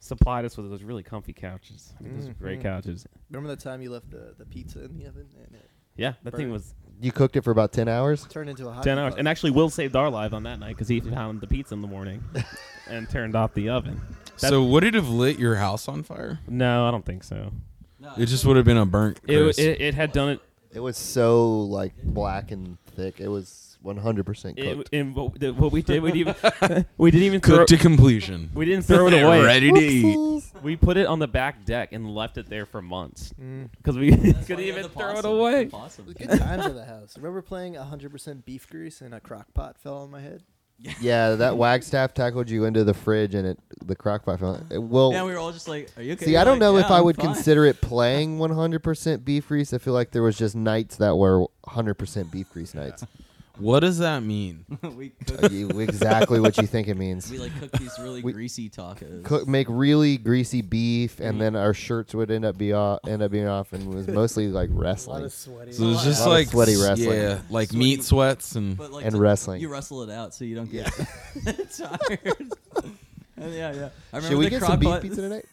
supplied us with those really comfy couches. I mean, those are great couches. Remember that time you left the, the pizza in the oven and it Yeah, that thing Burn. was You cooked it for about ten hours. turned into a hot ten hours, and actually, Will saved our life on that night because he found the pizza in the morning and turned off the oven. That- so would it have lit your house on fire? No, I don't think so. No, It just would have been a burnt. It, Chris. it it had done it. It was so like black and thick. It was one hundred percent it- cooked. and what, the- what we did, we didn't even we didn't even throw, cooked to completion. we didn't throw it away. Ready to eat. We put it on the back deck and left it there for months because we couldn't even throw it away. Good times at the house. Remember playing 100% beef grease and a crock pot fell on my head? yeah, that Wagstaff tackled you into the fridge and it the crockpot fell. It, well, Yeah, we were all just like, "Are you okay?" see, You're I don't like, know if "Yeah, I I'm would fine." consider it playing one hundred percent beef grease. I feel like there was just nights that were hundred percent beef grease nights. What does that mean? we cooked, You- exactly what you think it means. we like cooked these really We- greasy tacos. cook make really greasy beef Mm-hmm. and then our shirts would end up be off end up being off and it was mostly like wrestling sweaty. So it's A just lot of like sweaty wrestling. yeah, like Sweaty- meat sweats and but like and to- wrestling. You wrestle it out so you don't get tired. And yeah, yeah. I remember should we the get crock some beef pot- pizza tonight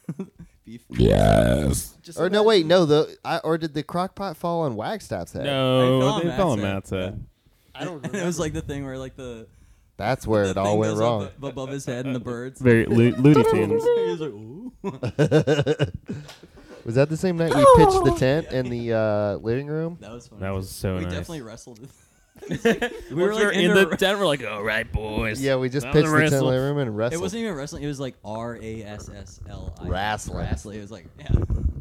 beef. yes. Just or no imagine- wait no the I, or did the crock pot fall on wagstaff's head No, They fell on they fell on Matt's Matt's head. head. I don't And it remember. was like the thing where like the that's where the it all thing went goes wrong up ab- above his head and the birds. Very lo- Looney Tunes. He was like, "Ooh." was that the same night we pitched the tent in the uh, living room That was funny. That was so We nice. definitely wrestled it. we were Once like in, the. tent. We're like, all right, boys. Yeah, we just Now pitched the wrestle." ten room and wrestled. it wasn't even wrestling. It was like R A S S L I. Wrestling. Wrestling. It was like yeah.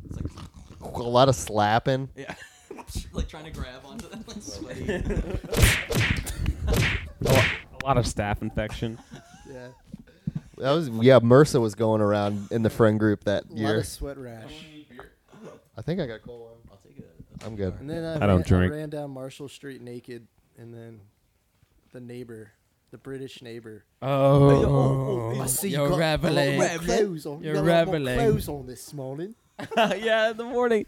It's like a lot of slapping. yeah. like trying to grab onto that like, sweaty. A lot of staph infection. Yeah. That was yeah. MRSA was going around in the friend group that A lot year. of sweat rash. I think I got cold one. I'll take a- I'm good. And then I, I don't ran, drink. I ran down Marshall Street naked, and then the neighbor, the British neighbor. Oh, I see you're you got a lot reveling. more clothes on. You're you got a lot more reveling. Clothes on this morning. yeah, in the morning.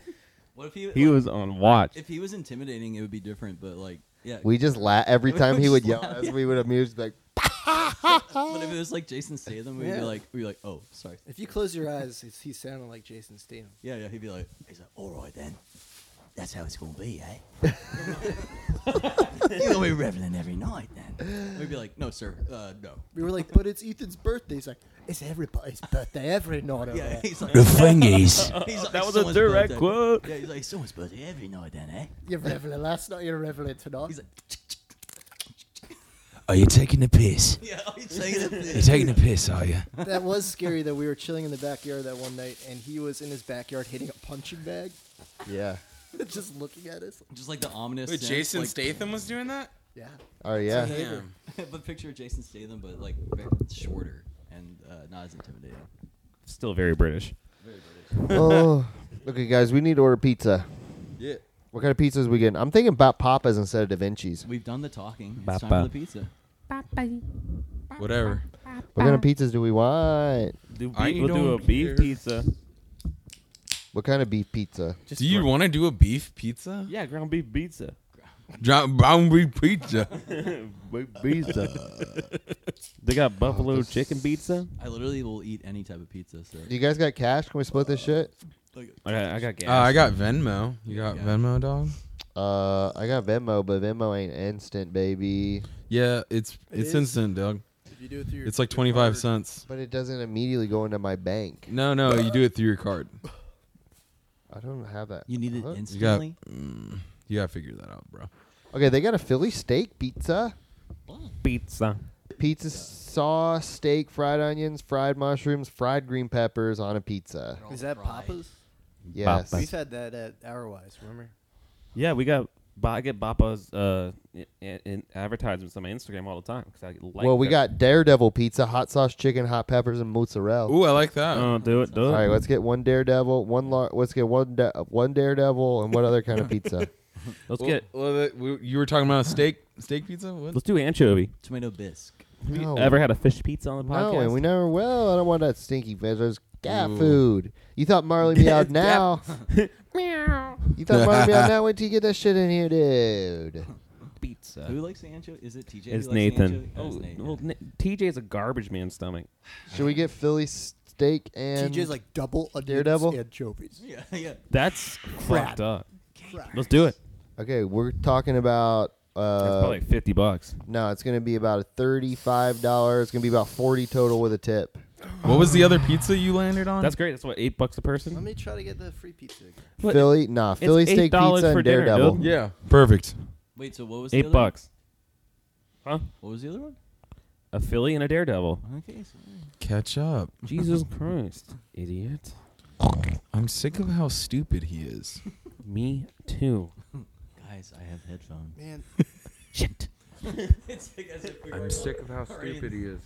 What if he? He like, was on watch. If he was intimidating, it would be different. But like yeah. We just laugh every We time he just would yell laugh, as yeah. we would amuse like but if it was like Jason Statham, we'd Yeah. be like we'd be like oh sorry. If you close your eyes, it's, he sounded like Jason Statham. Yeah, yeah. He'd be like he's like all right then. That's how it's gonna be, eh? You're gonna be reveling every night then. We'd be like, no, sir, uh, no. We were like, but it's Ethan's birthday. He's like, it's everybody's birthday every night. over Yeah, there." he's like, thing is, He's like, That was a "Someone's direct birthday." quote. Yeah, he's like, someone's birthday every night then, eh? You're reveling last night. You're reveling tonight. He's like, are you taking the piss? yeah, he's saying You're taking the piss, are you? that was scary though. We were chilling in the backyard that one night, and he was in his backyard hitting a punching bag, yeah. just looking at us. Just like the ominous. Wait, sense, Jason like, Statham was doing that? Yeah, Oh yeah. Damn. but picture Jason Statham, but like very shorter and uh, not as intimidating. Still very British. oh, okay, guys, we need to order pizza. Yeah. What kind of pizzas we getting? I'm thinking about Papa's instead of Da Vinci's. We've done the talking. It's time Ba-ba. for the pizza. Papa. Whatever. What Ah. kind of pizzas do we want? Do beef, I we'll do a don't beef care. pizza. What kind of beef pizza? Do you want to do a beef pizza? Yeah, ground beef pizza. Dro- Brown beef pizza. pizza. they got buffalo chicken pizza. I literally will eat any type of pizza. So Do you guys got cash? Can we split this shit? I got, I got gas. Uh, I got Venmo. You got Yeah. Venmo, dog? Uh, I got Venmo, but Venmo ain't instant, baby. Yeah, it's it's is. instant, dog. if you do it through your, It's like your twenty five card- cents. But it doesn't immediately go into my bank. No, no, you do it through your card. I don't have that. Uh-huh. you need it Huh? You got, instantly. mm, you got to figure that out, bro. Okay, they got a Philly steak pizza, pizza. pizza sauce, steak, fried onions, fried mushrooms, fried green peppers on a pizza. Is that Papa's? Yes. Papa. We've had that at Hourwise. Remember? Yeah, we got. Ba- I get Bapa's uh, i- i- in advertisements on my Instagram all the time because I like. Well, we that. got Daredevil pizza, hot sauce, chicken, hot peppers, and mozzarella. Ooh, I like that. Oh, do it, do it. All right, let's get one Daredevil, one lar- let's get one da- one Daredevil, and what other kind of pizza? Let's Well, get. well, that- we- you were talking about steak steak pizza. What? Let's do anchovy. Tomato bisque. Have you No. ever had a fish pizza on the podcast? No, and we never will. I don't want that stinky fish. There's cat Ooh. food. You thought Marley meowed now? Meow. You thought Marley meowed now? Wait till you get that shit in here, dude. pizza. Who likes the anchovy? Is it TJ? who likes It's the Nathan. anchovy? Oh, it's Nathan. well, Na- TJ's a garbage man stomach. Should we get Philly steak and? TJ's like double a Daredevil? anchovies. yeah, yeah. That's Crap. fucked up. Let's do it. okay, we're talking about. That's Uh, probably fifty bucks. no, it's gonna be about a thirty-five dollars. It's gonna be about forty total with a tip. What was the other pizza you landed on? That's great. That's what eight bucks a person. Let me try to get the free pizza. Again. What? Philly, nah, Philly steak $8 pizza for and dinner, Daredevil. dude. yeah, perfect. Wait, so what was the eight other bucks. Huh? One? What was the other one? A Philly and a Daredevil. Okay, so, Catch up. Jesus Christ, idiot. I'm sick of how stupid he is. Me too. guys, I have headphones. Man, Shit. it's like as if we were of how stupid he is.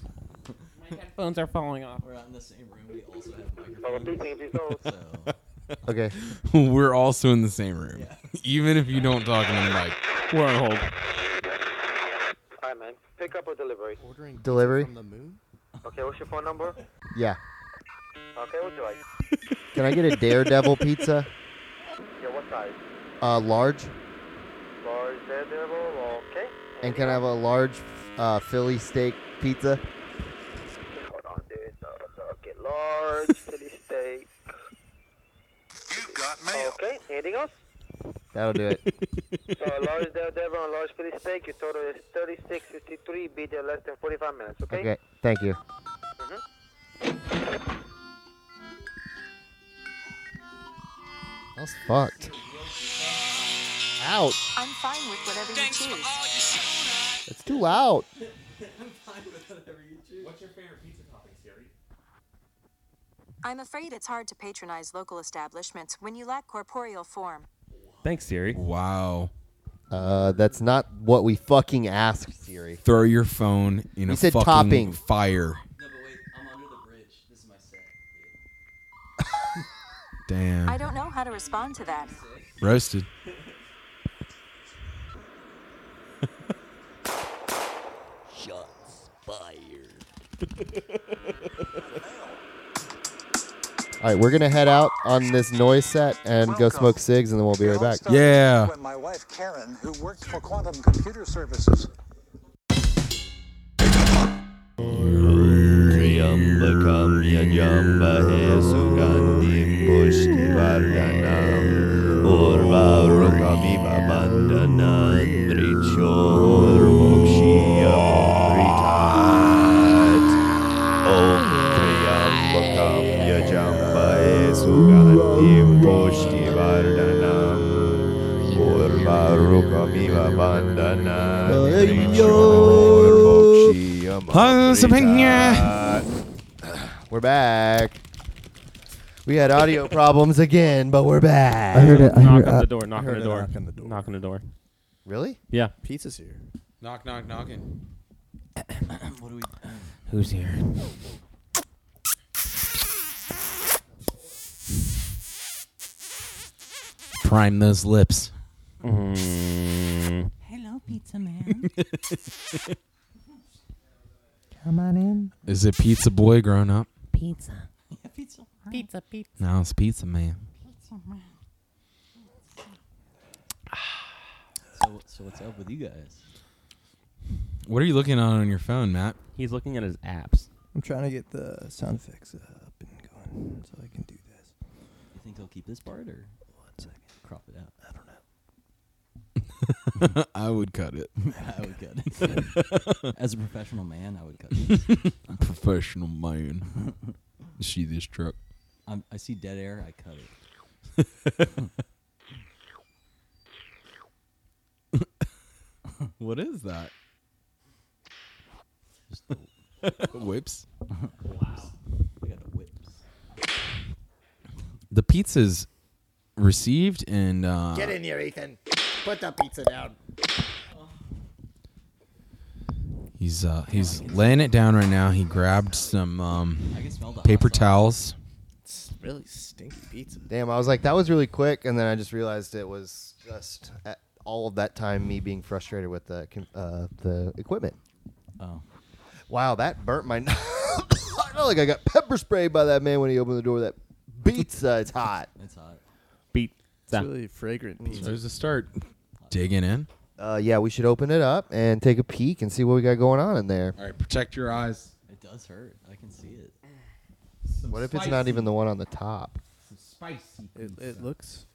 Headphones are falling off. We're out in the same room. We also have Oh. microphones. so Okay, We're also in the same room, even if you don't talk on the mic. We're on hold. All right, man. Pick up or delivery. ordering pizza Delivery? from the moon. Okay, what's your phone number? yeah. Okay, what'd you like? Can I get a Daredevil pizza? Yeah, what size? Uh, large. Large, available. Okay. And can I have a large uh, Philly steak pizza? Hold on, dude. So, so, okay, large, Philly steak. You've got mail. Okay, anything else? That'll do it. So, a large Daredevil and large Philly steak. Your total is 36.53. Be there less than 45 minutes, okay? okay, thank you. That's fucked. Out. I'm fine with whatever Thanks you for choose. all you That's too loud. What's your favorite pizza topping, Siri? I'm afraid it's hard to patronize local establishments when you lack corporeal form. Thanks, Siri. Wow. Uh, that's not what we fucking asked, Siri. Throw your phone in We a said fucking topping. fire. Damn. I don't know how to respond to that. Roasted. Shots fired. All right, we're gonna head out on this noise set and go smoke cigs, and then we'll be right back. Yeah. When my wife Karen, who worked for Quantum Computer Services, We're back. We had audio problems again, but we're back. I heard it. I knock heard- on uh, the door. Knock I on heard the a door. knock on the door. Knock on the door. Really? Yeah. Pizza's here. Knock, knock, knocking. What do we? uh, Who's here? Prime those lips. Mm. Hello, pizza man. Come on in. Is it Pizza Boy grown up? Pizza. pizza. Pizza, pizza. No, it's Pizza Man. So, so what's up with you guys? What are you looking on on your phone, Matt? He's looking at his apps. I'm trying to get the sound effects up and going so I can do this. You think they'll keep this part or One second. crop it out? I would cut it. I would cut it. As a professional man, I would cut it. Professional man. You See this truck. I'm, I see dead air. I cut it. What is that? Just the, Whips. I got the whips. The pizza's received and uh Get in here, Ethan. Put the pizza down. he's uh he's laying it down right now. He grabbed some I um can smell the paper hot sauce. towels. It's really stinky pizza. Damn, I was like, that was really quick, and then I just realized it was just at all of that time me being frustrated with the com- uh, the equipment. Oh, Wow, that burnt my. I felt like I got pepper sprayed by that man when he opened the door. with That pizza, it's hot. it's hot. Beat. It's that. really fragrant pizza. There's a start digging in. Uh, yeah, we should open it up and take a peek and see what we got going on in there. All right, protect your eyes. It does hurt. I can see it. What if it's not even the one on the top? Spicy. It, it looks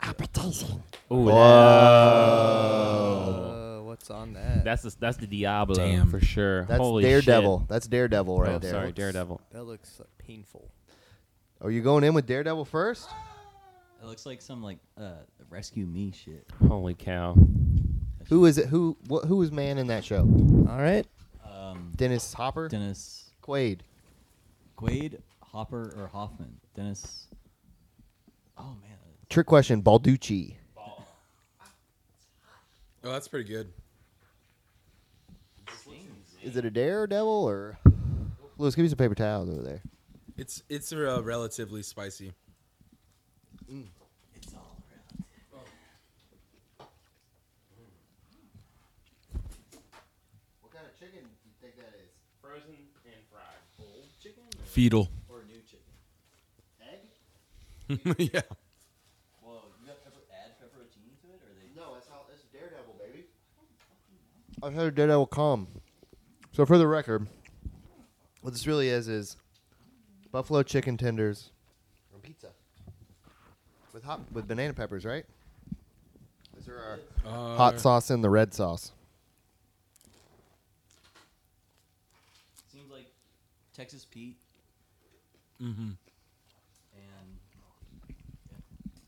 Appetizing. Ooh, Uh, what's on that? that's the that's the Diablo Damn. for sure. That's Holy Daredevil. shit. That's Daredevil right oh, there. sorry, Daredevil. that looks like, painful. Are you going in with Daredevil first? It looks like some like uh rescue me shit. Holy cow. Who is it? Who what, who was man in that show? All right. Um, Dennis Hopper, Dennis Quaid. Quaid, Hopper, or Hoffman. Dennis. Oh man, Trick question, Balducci. Oh, that's pretty good. Is it a Daredevil or? Louis, give me some paper towels over there. It's it's uh, relatively spicy. it's all around. What kind of chicken do you think that is? Frozen and fried. Fetal. Or new chicken. Egg? yeah. Whoa, you got pepper, add pepperoni to it, or they? No, that's how that's Daredevil, baby. I've heard Daredevil calm. So for the record, what this really is is buffalo chicken tenders and pizza with hot with banana peppers, right? Is there our Uh, hot sauce and the red sauce? Seems like Texas Pete. Mm-hmm. And. yeah. That's-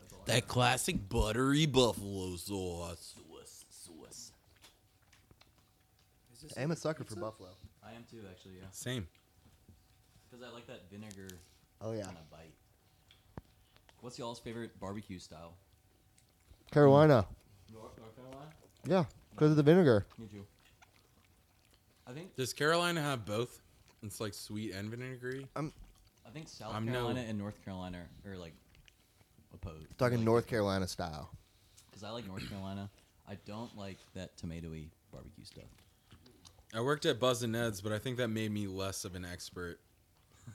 that's all I That classic buttery buffalo sauce. I'm a sucker for buffalo. I am too, actually. Yeah. Same. Because I like that vinegar. Oh yeah. Kind of bite. What's y'all's favorite barbecue style? Carolina. North, North Carolina. Yeah, because of the vinegar. Me too. I think Does Carolina have both? It's like sweet and vinegary. I'm. I think South I'm no- Carolina and North Carolina are like opposed. Talking North Carolina style. Because I like North Carolina. I don't like that tomatoey barbecue stuff. I worked at Buzz and Ned's, but I think that made me less of an expert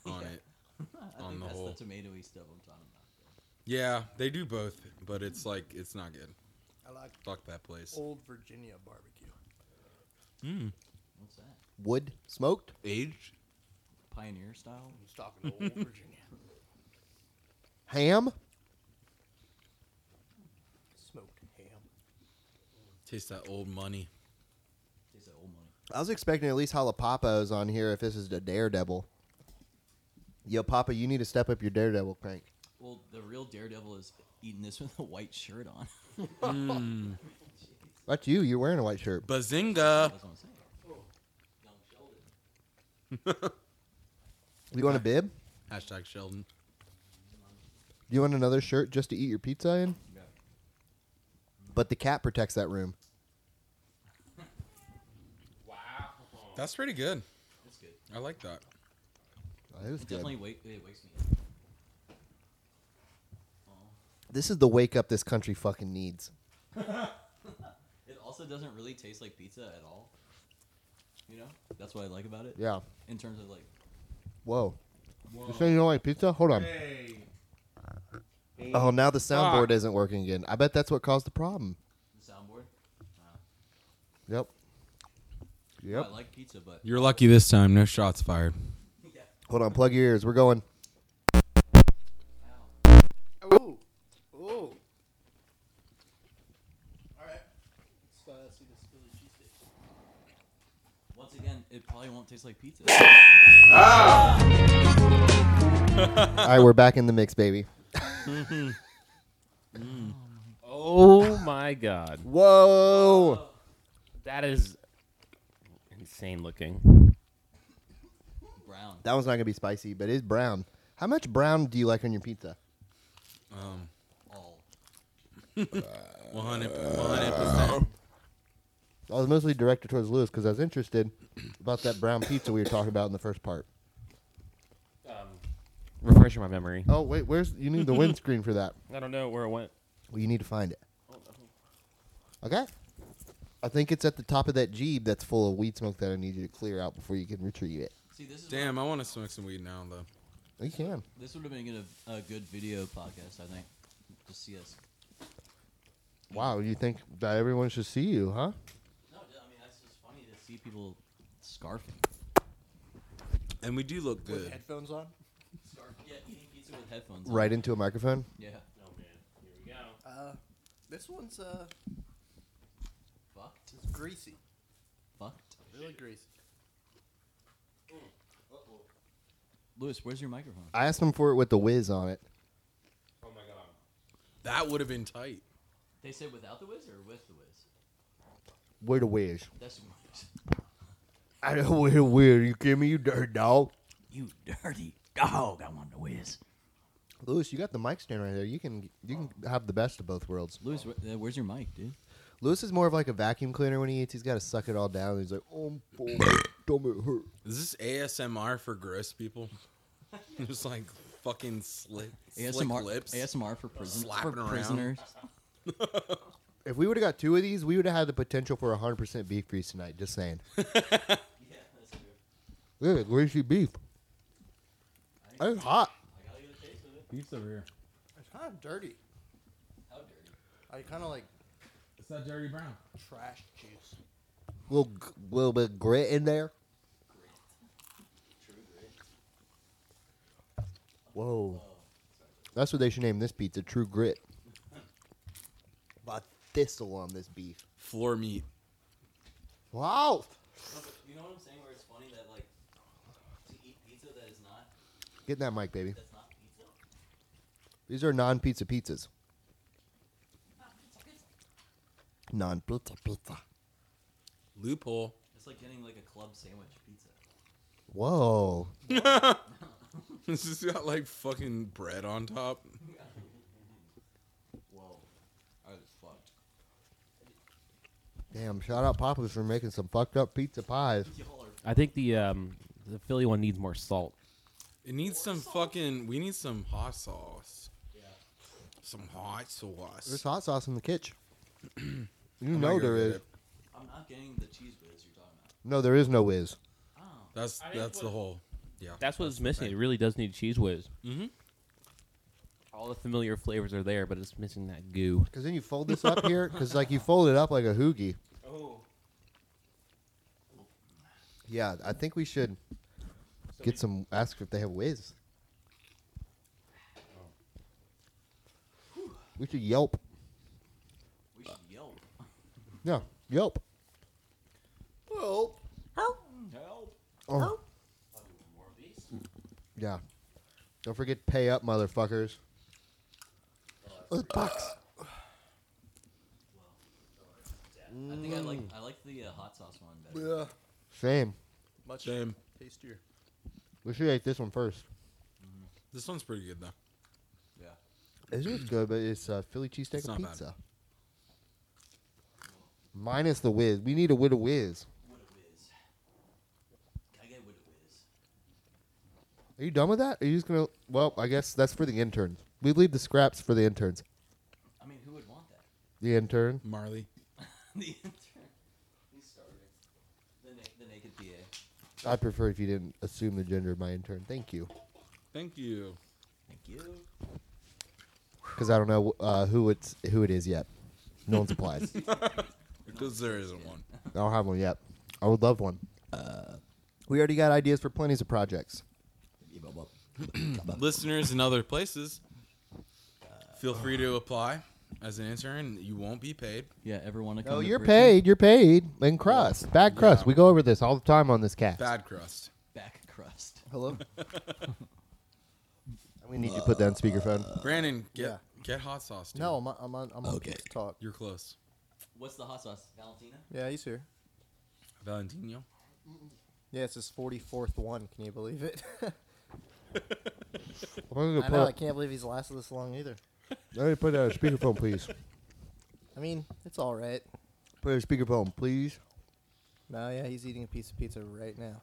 on Yeah. it. I on think the that's whole. the tomatoey stuff I'm talking about. yeah, they do both, but it's like it's not good. I like Fuck that place. Old Virginia barbecue. Mm. What's that? Wood smoked. Aged. Pioneer style. He's talking old Virginia Ham. smoked ham. Taste that old money. Taste that old money. I was expecting at least jalapenos on here if this is a daredevil. Yo, Papa, you need to step up your daredevil crank. Well, the real daredevil is eating this with a white shirt on. That's you. You're wearing a white shirt. Bazinga. That's what I'm saying. You want a bib? Hashtag Sheldon. Do you want another shirt just to eat your pizza in? Yeah. But the cat protects that room. That's pretty good. That's good. I like that. Oh, it was It good. definitely wake, it wakes me up. This is the wake up this country fucking needs. It also doesn't really taste like pizza at all. You know, that's what I like about it. Yeah. In terms of like, Whoa. You saying you don't like pizza? Hold on. Oh, now the soundboard isn't working again. I bet that's what caused the problem. the soundboard. Wow. Yep. Yep. I like pizza, but You're lucky this time. No shots fired. Hold on. Plug your ears. We're going. Ooh, ooh. All right. Let's uh, see this Philly cheesesteak. once again, it probably won't taste like pizza. All right, we're back in the mix, baby. Oh my god. Whoa. That is insane looking. Brown. That one's not going to be spicy, but it's brown. How much brown do you like on your pizza? Um, All. 100 percent. I was mostly directed towards Lewis because I was interested about that brown pizza we were talking about in the first part. Refreshing my memory. Oh, wait, where's you need the windscreen for that? I don't know where it went. Well, you need to find it. Okay. I think it's at the top of that jeep that's full of weed smoke that I need you to clear out before you can retrieve it. See, this is what- Damn, I want to smoke some weed now though. You can. this would have been a, a good video podcast, I think. Just see us. Wow, you think that everyone should see you, huh? No, I mean that's just funny to see people scarfing. And we do look With good. headphones on. Scarf. Yeah, eating pizza with headphones. on. Right into a microphone? Yeah. Oh man, here we go. Uh, this one's uh, Fucked. it's greasy. Fucked. Really greasy. Lewis, where's your microphone? I asked him for it with the whiz on it. Oh my god. That would have been tight. They said without the whiz or with the whiz. Where the whiz? That's the whiz. I don't wear the whiz. You kidding me? You dirty dog. You dirty dog! I want the whiz. Lewis, you got the mic stand right there. You can you can have the best of both worlds. Lewis, wh- uh, where's your mic, dude? Lewis is more of like a vacuum cleaner when he eats. He's got to suck it all down. He's like, oh, boy, don't it hurt. Is this ASMR for gross people? Just like fucking slick, slick ASMR, lips. ASMR for, prison, slapping for around. prisoners. If we would have got two of these, we would have had the potential for 100% beef grease tonight. Just saying. Yeah, that's true. Look at greasy beef. It's hot. I gotta get a taste of it. Beef's over here. It's kind of dirty. How dirty? I kind of like It's that dirty brown. trash juice. Little, g- little bit of grit in there. Whoa. That's what they should name this pizza, True Grit. But thistle on this beef. Floor meat. Wow. No, but you know what I'm saying? Where it's funny that like to eat pizza that is not Get in that mic, baby. that's not pizza. These are non pizza pizzas. Non pizza pizza. Loophole. It's like getting like a club sandwich pizza. Whoa. it's just got like fucking bread on top. Whoa. I was fucked. Damn, shout out Papa's for making some fucked up pizza pies. I think the um, the Philly one needs more salt. It needs some fucking. We need some hot sauce. Some hot sauce. There's hot sauce in the kitchen. you I'm know not there gonna is. get it. I'm not getting the cheese whiz you're talking No, there is no whiz. That's I didn't that's the whole. Yeah. That's what's missing. It really does need cheese whiz. Mm-hmm. All the familiar flavors are there, but it's missing that goo. Because then you fold this up here, because like you fold it up like a hoagie. about. Oh. Yeah, I think we should get some. Ask if they have whiz. We should Yelp. We should yelp. Yeah, Yelp. Well, Help. Help. Oh, yeah. Don't forget to pay up, motherfuckers. Oh, bucks. I think I like Mm. I like the uh, hot sauce one better. yeah, Same. much Same. tastier. We should eat this one first. This one's pretty good though. Yeah. It is good, but it's uh, Philly cheesesteak It's and not bad. pizza. Minus the whiz. We need a with a whiz. What a whiz. I get what a whiz. Are you done with that? Are you just gonna? Well, I guess that's for the interns. We leave the scraps for the interns. I mean, who would want that? The intern. Marley. the intern. He's starving. The, na- the naked PA. I'd prefer if you didn't assume the gender of my intern. Thank you, Thank you. Thank you. because I don't know uh, who it's who it is yet. No one's applied. Because there isn't one. I don't have one yet. I would love one. Uh, we already got ideas for plenty of projects. Listeners in other places, feel free to apply as an intern. You won't be paid. Yeah, everyone. No, Oh, you're paid. You're paid. And crust, bad crust. We go over this all the time on this cast. Bad crust. Back crust. Hello. we need you to put that on speakerphone. Brandon, get Yeah. get hot sauce. Dude. No, I'm on, I'm on, I'm on Okay. Pete's talk. You're close. What's the hot sauce? Valentina? Yeah, he's here. Valentino. Yeah, it's his 44th one. Can you believe it? I'm gonna I put, know. I can't believe he's lasted this long either. Let me put that on speakerphone, please. I mean, it's all right. Put it on speakerphone, please. No, yeah, he's eating a piece of pizza right now.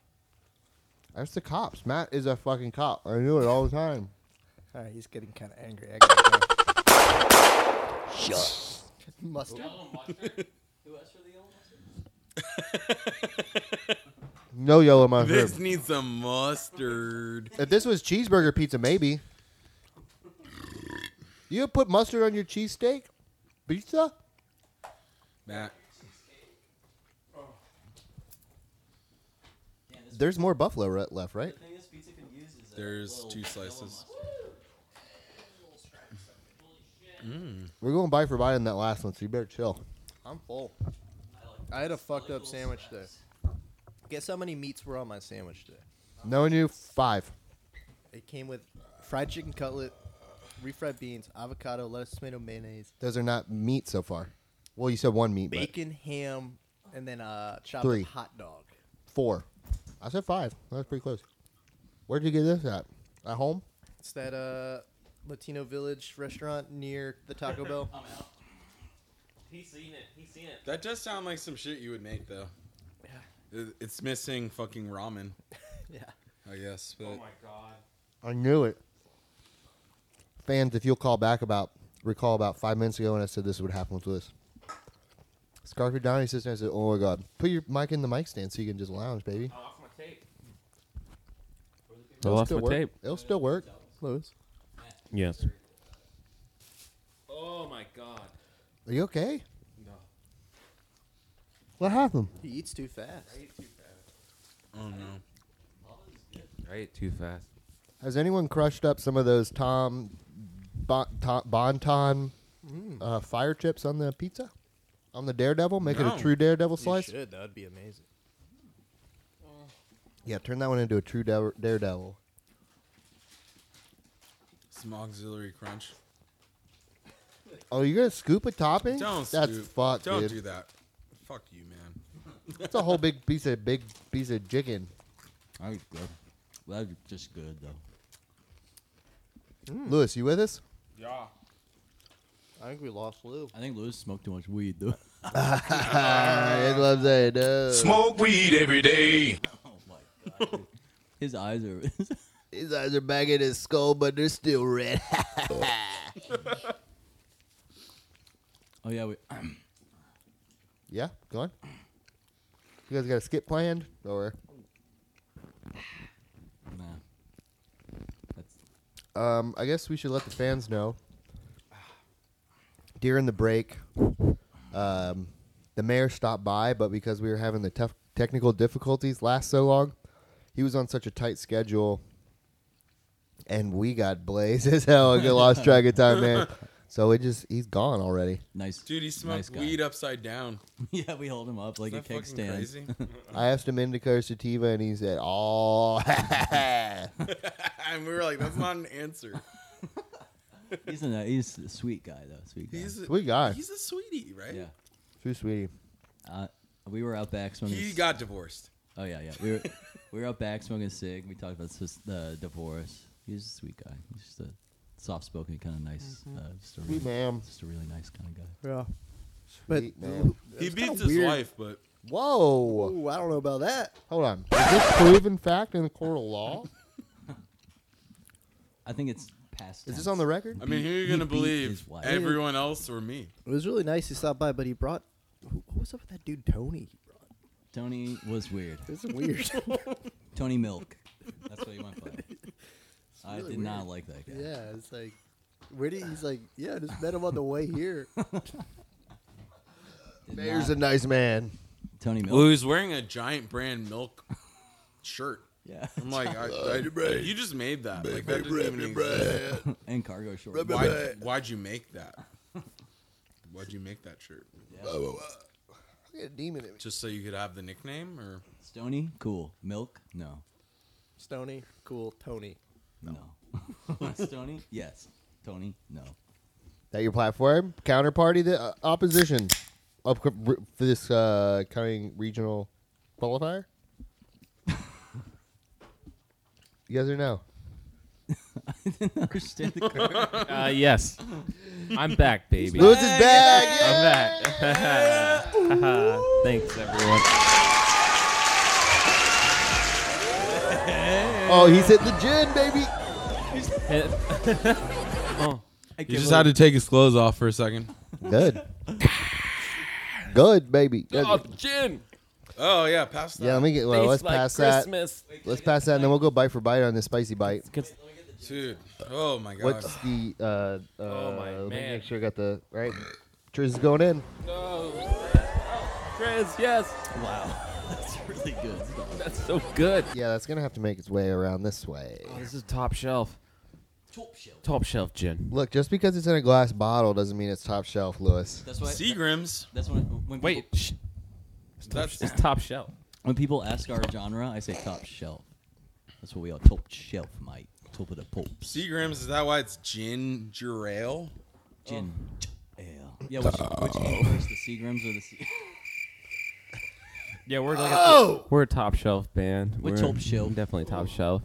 That's the cops. Matt is a fucking cop. I knew it all the time. All right, he's getting kind of angry. I gotta go. Shut. Mustard. Who asked for the yellow mustard? No yellow mustard. This needs some mustard. If this was cheeseburger pizza, maybe. You put mustard on your cheesesteak? Pizza? Matt, Damn, this There's more buffalo re- left, right? The thing this pizza can use is a there's little two yellow slices. mustard. We're going bite for bite on that last one, so you better chill. I'm full. I like I had a this. fucked I like up little sandwich scraps. Guess how many meats were on my sandwich today? No new five. It came with fried chicken cutlet, refried beans, avocado, lettuce, tomato, mayonnaise, Those are not meat so far. Well, you said one meat, but bacon, ham, and then uh, chopped Three. up hot dog. four. I said five. That's pretty close. Where'd you get this at? At home? It's that uh, Latino Village restaurant near the Taco Bell. I'm out. He's seen it. He's seen it. that does sound like some shit you would make though. It- It's missing fucking ramen, yeah. I guess. But god. I knew it. Fans, if you'll call back about recall about five minutes ago when I said this would happen with this. Scarfy Donnie sits there and says, Oh my god. Put your mic in the mic stand so you can just lounge, baby. I lost Oh, my tape. I It'll lost still my work. tape. It'll still work. Louis. Yes. Oh my god. Are you okay? No. What happened? He eats too fast. oh no, I ate too fast. Has anyone crushed up some of those Tom Bon- Tom- Bonton uh, fire chips on the pizza? On the Daredevil? Make it No. a true Daredevil You slice? should. That would be amazing. Yeah, turn that one into a true dare- Daredevil. some auxiliary crunch. Oh, you're gonna scoop a topping? Don't That's scoop. fucked, Don't dude. do that. Fuck you, man. It's a whole big piece of big piece of chicken. I good. That's just good though. Lewis, you with us? Yeah. I think we lost Lou. I think Lewis smoked too much weed though. I love that. uh, Oh my god. His eyes are. His eyes are back in his skull, but they're still red. oh yeah, we. yeah, go on. You guys got a skip planned, or nah. um, I guess we should let the fans know. During the break, um, the mayor stopped by, but because we were having the tough technical difficulties last so long, he was on such a tight schedule, and we got blazed as hell. I got lost track of time, man. So it just—he's gone already. Nice. Dude, he smoked guy. weed upside down. yeah, we hold him up like Isn't that a keg fucking stand. crazy? I asked him indica or sativa, and he said, "Oh." and we were like, that's not an answer. he's, an, uh, he's a sweet guy though. Sweet guy. He's a, Sweet guy. He's a sweetie, right? Yeah. True, sweetie. Uh, we were out back smoking. He c- got divorced. Oh yeah, yeah. We were we were out back smoking a cig. We talked about sis- the divorce. He's a sweet guy. He's just a soft spoken kind of nice. Uh, just a Sweet really, ma'am. Just a really nice kind of guy. Yeah. Sweet man. He It's kinda beats his weird. wife, but Whoa! Ooh, I don't know about that. Hold on. Is this proven fact in the court of law? I think it's past. Is this tense. on the record? I mean, who are you He going to beat believe? his wife. Everyone else or me? It was really nice he stopped by, but he brought. Who, what was up with that dude Tony? He brought. Tony was weird. This is weird. Tony Milk. That's what he went by. I did really not weird. like that guy. yeah, it's like, where did he's like? Yeah, I just met him on the way here. Did Mayor's a not- nice man. Tony Milk. Well, he was wearing a giant brand milk shirt. Yeah. I'm like, I, I, you just made that. Like, that didn't even exist. and cargo shorts. Why, why'd you make that? Why'd you make that shirt? I got a demon in me. Just so you could have the nickname, or Stony, cool. Milk, no, Stony, cool. Tony, no. Stony, yes. Tony, no. That your platform? Counterparty the uh, opposition up for this uh, coming regional qualifier? yes or no? Understand the curve. Uh, yes, I'm back, baby. Lewis is back. I'm back. Thanks, everyone. Oh, he's hit the gin, baby. you just had to take his clothes off for a second. Good. Good, baby. Good. gin. Oh yeah, pass that. Yeah, let me get. Well, let's pass that. Let's pass that, and then we'll go bite for bite on this spicy bite. Dude, oh my god. What's the? Uh, uh, Oh, my let me man. Make sure I got the right. Triz is going in. Chris, yes. Wow, that's really good. That's so good. Yeah, that's gonna have to make its way around this way. This is top shelf. Top shelf. Top shelf gin. Look, just because it's in a glass bottle doesn't mean it's top shelf, Lewis. That's why. Seagrams. That's when. when Wait, people, sh- That's it's top shelf. when people ask our genre, I say top shelf. That's what we are. Top shelf, mate. Top of the pops. Seagrams. Is that why it's ginger ale? Gin. Oh. Ale. Yeah, which, which came first, the Seagrams or the Sea? Yeah, we're like oh! we're a top shelf band. We're We're top shelf. Definitely top shelf.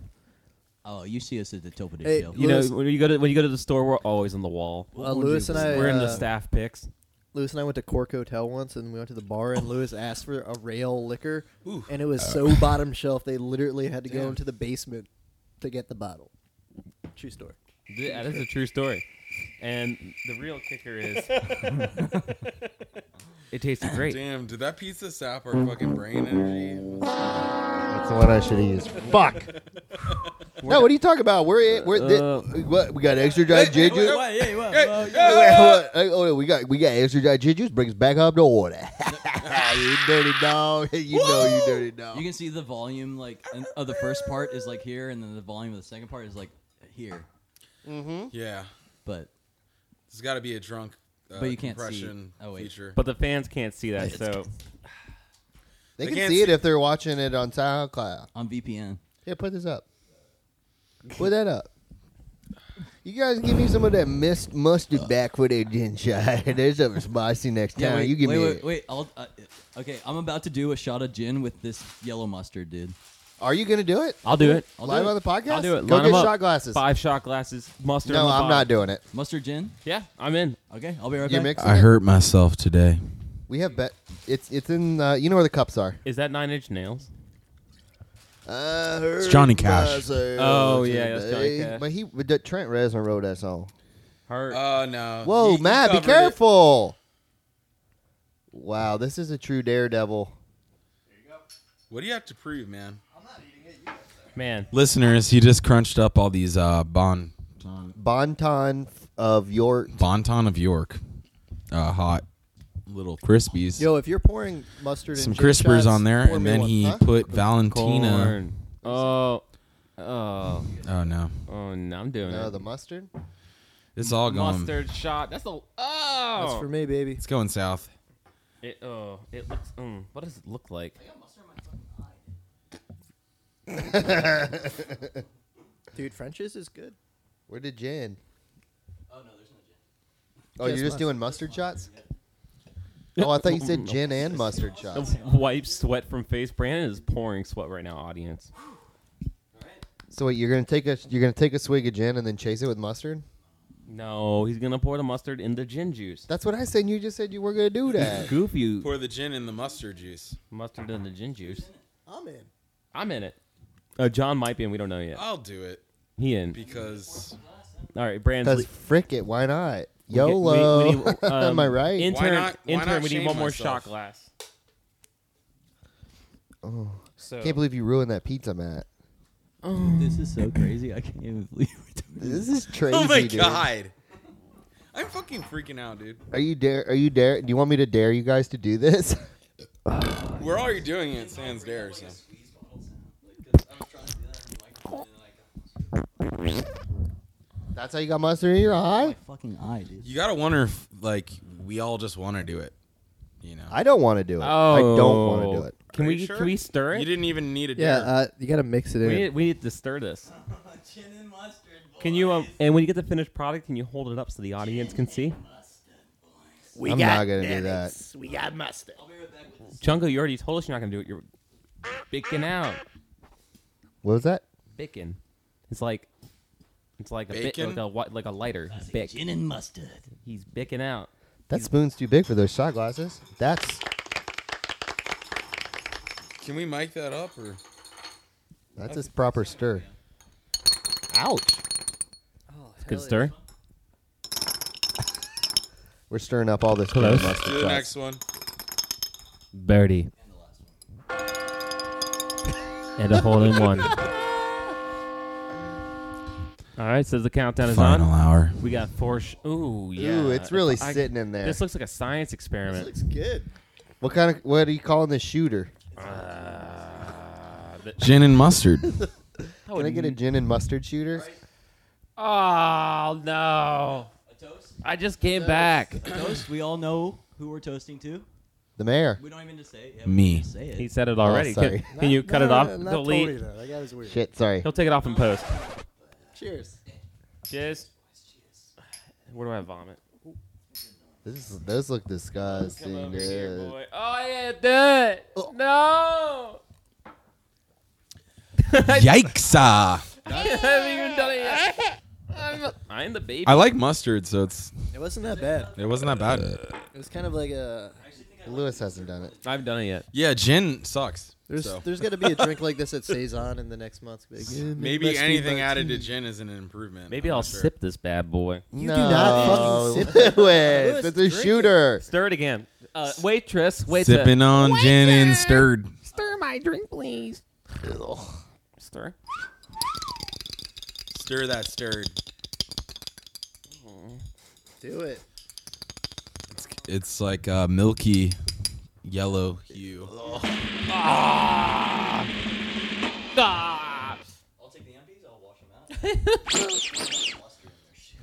Oh, you see us at the top of the Hey, shelf. You Lewis- know, when you go to when you go to the store, we're always on the wall. Uh, Lewis and I. We're in the uh, staff picks. Lewis and I went to Cork Hotel once, and we went to the bar, and Lewis asked for a rail liquor, Ooh. and it was so bottom shelf they literally had to go Damn. into the basement to get the bottle. True story. Yeah, that's a true story. And the real kicker is, it tasted great. Damn, did that pizza sap our fucking brain energy? That's the one I should have used. Fuck. no, what are you talking about? We're in, we're thi- Uh, what, we got extra dry Hey, ginger. Wait, wait, wait, Hey, well, hey, well, hey, what- hey, oh, we got we got extra dry gingers. Brings back up the order. you dirty dog. You know you dirty dog. You can see the volume like in, of the first part is like here, and then the volume of the second part is like here. Yeah, But there's got to be a drunk. Uh, But you can't see. compression Oh, wait. feature. But the fans can't see that, so they, they can can't see it see- if they're watching it on SoundCloud. on VPN, Here, put this up. Put that up. You guys give me some of that mist, mustard back for that gin shot. There's something spicy next time. Yeah, wait, you give wait, me wait, wait. I'll, uh, okay, I'm about to do a shot of gin with this yellow mustard, dude. Are you gonna do it? I'll do it. I'll Live do it. on the podcast? I'll do it. Go Line get 'em up. shot glasses. Five shot glasses, mustard. No, on the I'm bottom. not doing it. Mustard gin? Yeah, I'm in. Okay, I'll be right You back. mixing I it? hurt myself today. We have bet. It's it's in. Uh, you know where the cups are. Is that Nine Inch Nails? Uh, It's Johnny Cash. Oh, yeah, that's Johnny Cash. But he, but that Trent Reznor wrote that song. Hurt. Oh no. Whoa, He- he Matt, be covered it. careful! Wow, this is a true daredevil. What do you have to prove, man? Man, Listeners, he just crunched up all these uh, bon Bonton of York. bonton of York, uh, hot little crispies, Yo, if you're pouring mustard, some and gin crispers shots, on there, pour and me then one, he huh? Uh, put Valentina. corn. Oh, oh, Oh no, oh! No, I'm doing No, it. the mustard. it's all going. Mustard shot. That's the. Oh, That's for me, baby. It's going south. It, oh, it looks. Mm, what does it look like? Dude, French's is good. Where did Jan? Oh, no, there's no gin. Oh, Just you're just mustard. doing mustard shots. Oh, I thought you said gin and mustard shots. Wipe sweat from face. Brandon is pouring sweat right now, audience. So wait, you're gonna take a you're gonna take a swig of gin and then chase it with mustard. No, he's gonna pour the mustard in the gin juice. That's what I said. and You just said you were gonna do that. Goofy Pour the gin in the mustard juice. mustard in the gin juice. I'm in. I'm in it. Uh, John might be in. We don't know yet. I'll do it He in. because All right, Brandon. Because frick it, why not? Okay, we- YOLO. we need- Am um, I right? Intern, Why not- why intern not we need shame one more myself? shot glass. Oh, so Can't believe you ruined that pizza, Matt. This is so crazy. I can't even believe we're doing this. This is crazy. Oh my dude. god. I'm fucking freaking out, dude. Are you dare? Are you dare? Do you want me to dare you guys to do this? We're already doing it, Sans Dare. So. That's how you got mustard in your eye. Fucking eye, dude. You gotta wonder if, like, we all just want to do it. You know, I don't want to do it. I don't Oh. want to do it. Oh. Can Are we you sure? can we stir it? You didn't even need a Yeah, dare. uh, you gotta mix it in. we, need, we need to stir this. Gin and mustard, boy. Can you um, and when you get the finished product, can you hold it up so the audience can see? We I'm not gonna do that. mayonnaise. We got mustard. Jungle, you already told us you're not gonna do it. You're bicking out, What was that? bicking. It's like it's like a bit, Bacon? like a wi- like a lighter. Bick. Gin and mustard. He's bicking out. That spoon's too big for those shot glasses. That's Can we mic that up or? that's his proper stir. Ouch. Good stir. We're stirring up all this Close. mustard Do the shots. next one. Birdie. And a hole in one. All right, so the countdown is Final on. hour. We got four. Sh- Ooh, yeah. Ooh, it's really If I- sitting in there. This looks like a science experiment. This looks good. what kind of? What are you calling this shooter? Gin and mustard. Can I get a gin and mustard shooter? oh no! A toast? I just came back. A toast? We all know who we're toasting to. The mayor. We don't even need to say it. Yeah, Me. We don't need to say He it. said it already. Oh, sorry. Can, can you cut it off? Not Delete. totally, though. That guy was weird. Shit, sorry. He'll take it off in post. Cheers. Cheers. Where do I vomit? This is, those look disgusting, dude. uh, oh. Oh yeah, dude. No. Yikes! ah. I haven't even done it yet. I'm, I'm the baby. I like mustard, so it's It wasn't that bad. it wasn't that bad. It was kind of like a. Lewis hasn't done it. I haven't done it yet. Yeah, gin sucks. There's so. there's gonna be a drink like this at saison in the next month. Like, yeah, Maybe mustard anything by added to tea. gin is an improvement. Maybe I'm I'll not sure. sip this bad boy. You no, do not fucking sip it. Lewis, it's a drink it. shooter. Stir it again. Uh, waitress, wait Sipping on gin and stirred. Stir my drink, please. Stir. Stir that stirred. Do it. It's, it's like a milky yellow hue. Ah. Ah. I'll take the MPs. I'll wash them out.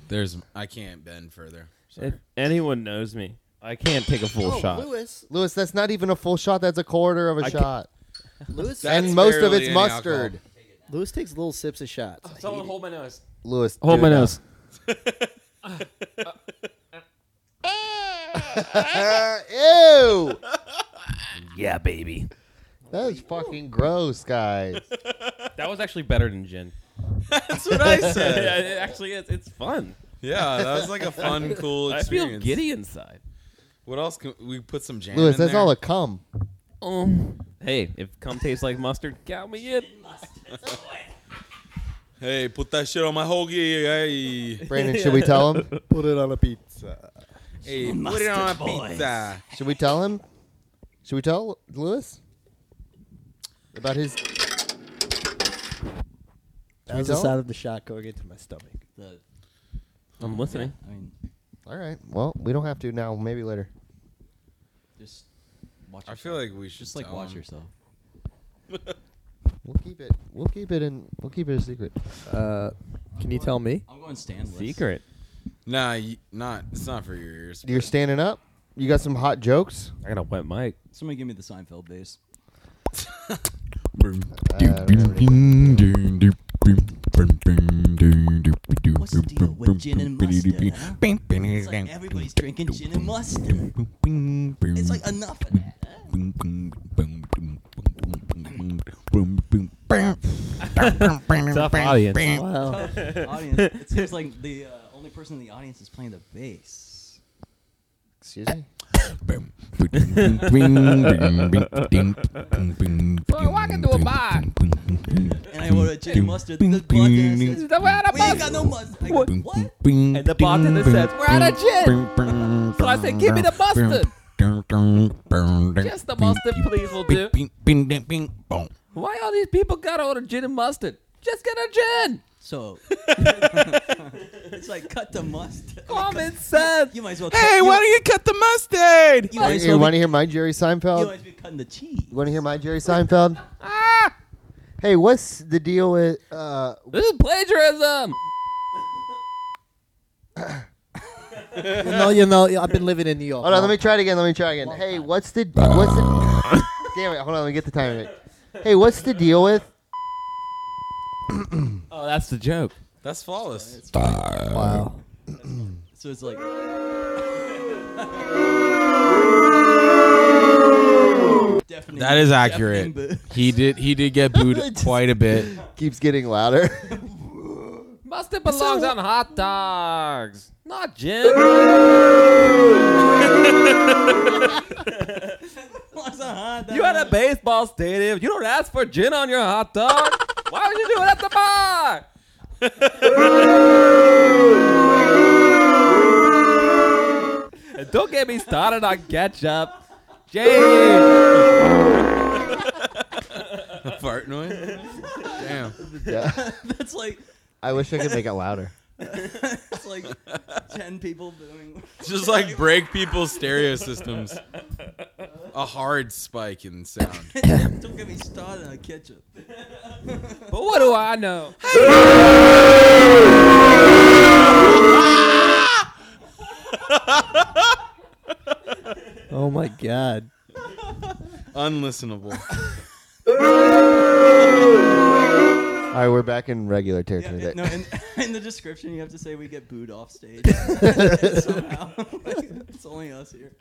There's I can't bend further. Sorry. If anyone knows me, I can't take a full oh, shot. Lewis. Lewis, that's not even a full shot. That's a quarter of a I ca- shot. Lewis. That's and most of barely it's any mustard. alcohol. Lewis takes little sips of shots. Someone hold my nose. Lewis, Hold do my it now. nose. Uh, Ew. Yeah, baby. That is fucking gross, guys. That was actually better than gin. That's what I said. Yeah, it actually is. It's fun. Yeah, that was like a fun, cool I experience. feel giddy inside. What else can we put some jam? Lewis, in that's there? all a cum. Um, hey, if cum tastes like mustard, count me in. Hey, put that shit on my hoagie. Hey, Brandon, should we tell him? Put it on a pizza. Hey, Some put it on a mustard boys. pizza. Should we tell him? Should we tell Lewis about his? That was the sound of the shot going into my stomach. I'm listening. I mean, All right. Well, we don't have to now. Maybe later. just watch. I feel like we should Just like tell watch him. yourself. We'll keep it. We'll keep it in. We'll keep it a secret. Uh, can you tell me? I'm going standless. Secret. Nah, you, not. It's not for your ears. You're standing up. You got some hot jokes. I got a wet mic. Somebody give me the Seinfeld bass. What's the deal with gin and mustard? huh? It's like everybody's drinking gin and mustard. It's like enough of that. huh? Tough Wow. audience. It seems like the uh, only person in the audience is playing the bass. Excuse me. We're walking to a bar. And I ordered gin and mustard. The bartender says, The way out of "We bus- ain't got no mustard." I go, What? what? And the bartender said, We're out of gin. So I said, give me the mustard. Just the mustard, please, will do. Why all these people gotta order gin and mustard? Just get a gin. So it's like cut the mustard. Common sense. You might as well. Hey, why do don't you cut the mustard? You Hey, might as you well want be, to hear my Jerry you Seinfeld? might as well be cutting the cheese. You want to hear my Jerry Seinfeld? Hey, what's the deal with? Uh, This is plagiarism. you know, you know, I've been living in New York. Hold on, let me try it again. Let me try it again. Hey, what's the what's the? damn it! Hold on, let me get the time of it. Hey, what's the deal with? Oh, that's the joke. That's flawless. Wow. So it's like. Deafening- That is accurate. deafening He did. He did get booed quite a bit. Keeps getting louder. Mustard belongs on hot dogs, not gin. You at a baseball stadium. You don't ask for gin on your hot dog. Why would you do it at the bar? and don't get me started on ketchup. James. A fart noise. Damn. Yeah. That's like. I wish I could make it louder. it's like ten people doing. Just like break people's stereo systems. A hard spike in sound. Don't get me started on ketchup. But what do I know? Oh my god. Unlistenable. All right, we're back in regular territory. there. No, in, in the description you have to say we get booed off stage somehow. it's only us here.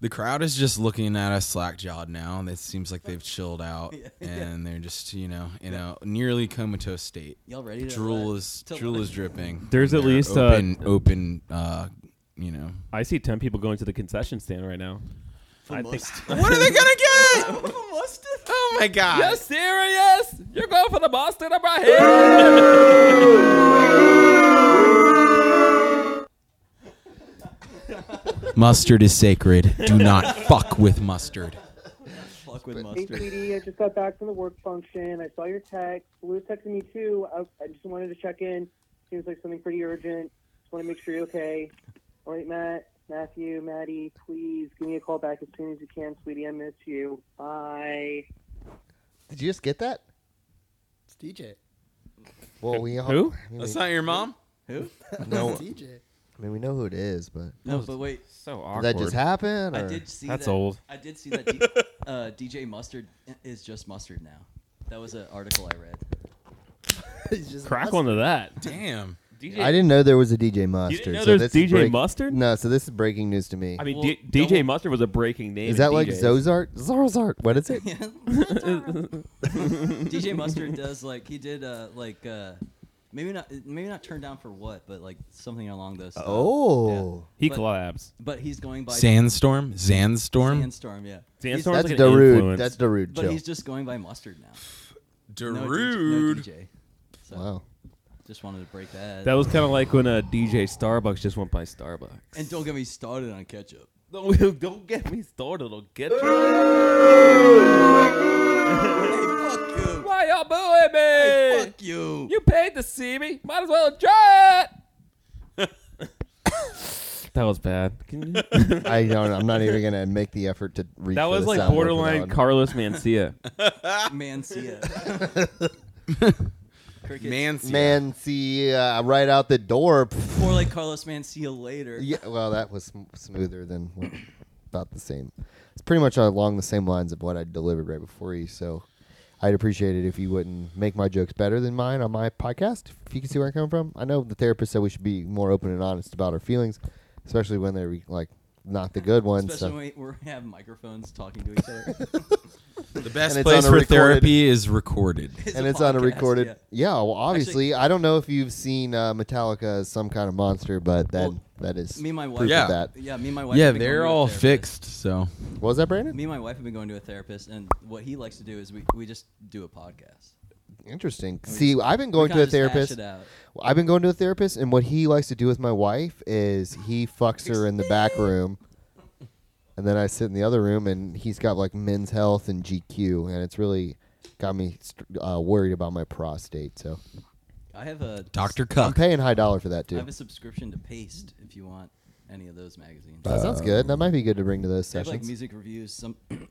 The crowd is just looking at us slack jawed now. and It seems like they've chilled out and they're just you know you know nearly comatose state. Y'all ready to uh, drool let- is to drool let- is dripping. There's at They're least, uh, open open uh you know. I see ten people going to the concession stand right now. I think What are they gonna get? oh my god. You're serious? You're going for the mustard? I'm right here. Mustard is sacred. Do not fuck with mustard. Fuck with Hey, mustard. sweetie, I just got back from the work function. I saw your text. Lewis texted me too. I, I just wanted to check in. Seems like something pretty urgent. Just want to make sure you're okay. All right, Matt, Matthew, Maddie, please give me a call back as soon as you can, sweetie. I miss you. Bye. Did you just get that? It's DJ. Well, we all, Who? I mean, That's we- not your mom? Who? No. DJ. I mean, we know who it is, but No, but wait. So Did that just happen? I or- did see That's that- old. I did see that D- uh, DJ Mustard is just mustard now. That was an article I read. Crack onto that. Damn. DJ, I didn't know there was a DJ Mustard. know so there's this is DJ Mustard? No, so this is breaking news to me. I mean, D- DJ Mustard was a breaking name. is in that like DJs. Zozart? Zozart. What is it? DJ Mustard does like he did uh like uh maybe not maybe not turn down for what but like something along those. lines. Oh. Yeah. He But- collabs. But he's going by Sandstorm? Zandstorm? Sandstorm, yeah. He's- Sandstorm's That's like an Darude. influence. That's Darude, But chill. he's just going by Mustard now. No Darude. DJ, no DJ. So, Wow. Just wanted to break that. That was kind of like when a DJ Starbucks just went by Starbucks. And don't get me started on ketchup. Don't, don't get me started. I'll get you. Why y'all booing me? fuck you. You paid to see me. Might as well enjoy it. That was bad. I don't. I'm not even gonna make the effort to reach. That for was the like soundboard for that borderline one. Carlos Mencia. Mancia. Crickets. Mancia. Mancia, uh, right out the door. Or like Carlos Mancia later. Yeah, well, that was sm- smoother than what, about the same. It's pretty much along the same lines of what I delivered right before you. So I'd appreciate it if you wouldn't make my jokes better than mine on my podcast. If you can see where I'm coming from, I know the therapist said we should be more open and honest about our feelings, especially when they're like not the good ones. Especially so. when we, we have microphones talking to each other. The best And it's on place a for recorded- therapy is recorded. and it's on a podcast, recorded. yeah. Yeah, well, obviously, I don't know if you've seen uh, Metallica as some kind of monster, but that that is me and my wife- proof Yeah. of that. Yeah, me and my wife Yeah, have been going they're to a all fixed, therapist. so. What was that, Brandon? Me and my wife have been going to a therapist, and what he likes to do is we, we just do a podcast. Interesting. we See, just- I've been we going to kinda a just hash therapist. it out. Well, I've been going to a therapist, and what he likes to do with my wife is he fucks her in the back room, and then I sit in the other room, and he's got like Men's Health and GQ, and it's really got me st- uh, worried about my prostate. So I have a Dr. I'm paying high dollar for that I too. have a subscription to Paste if you want any of those magazines. that sounds good. That might be good to bring to those Uh, They have, like Uh, sessions. music reviews, some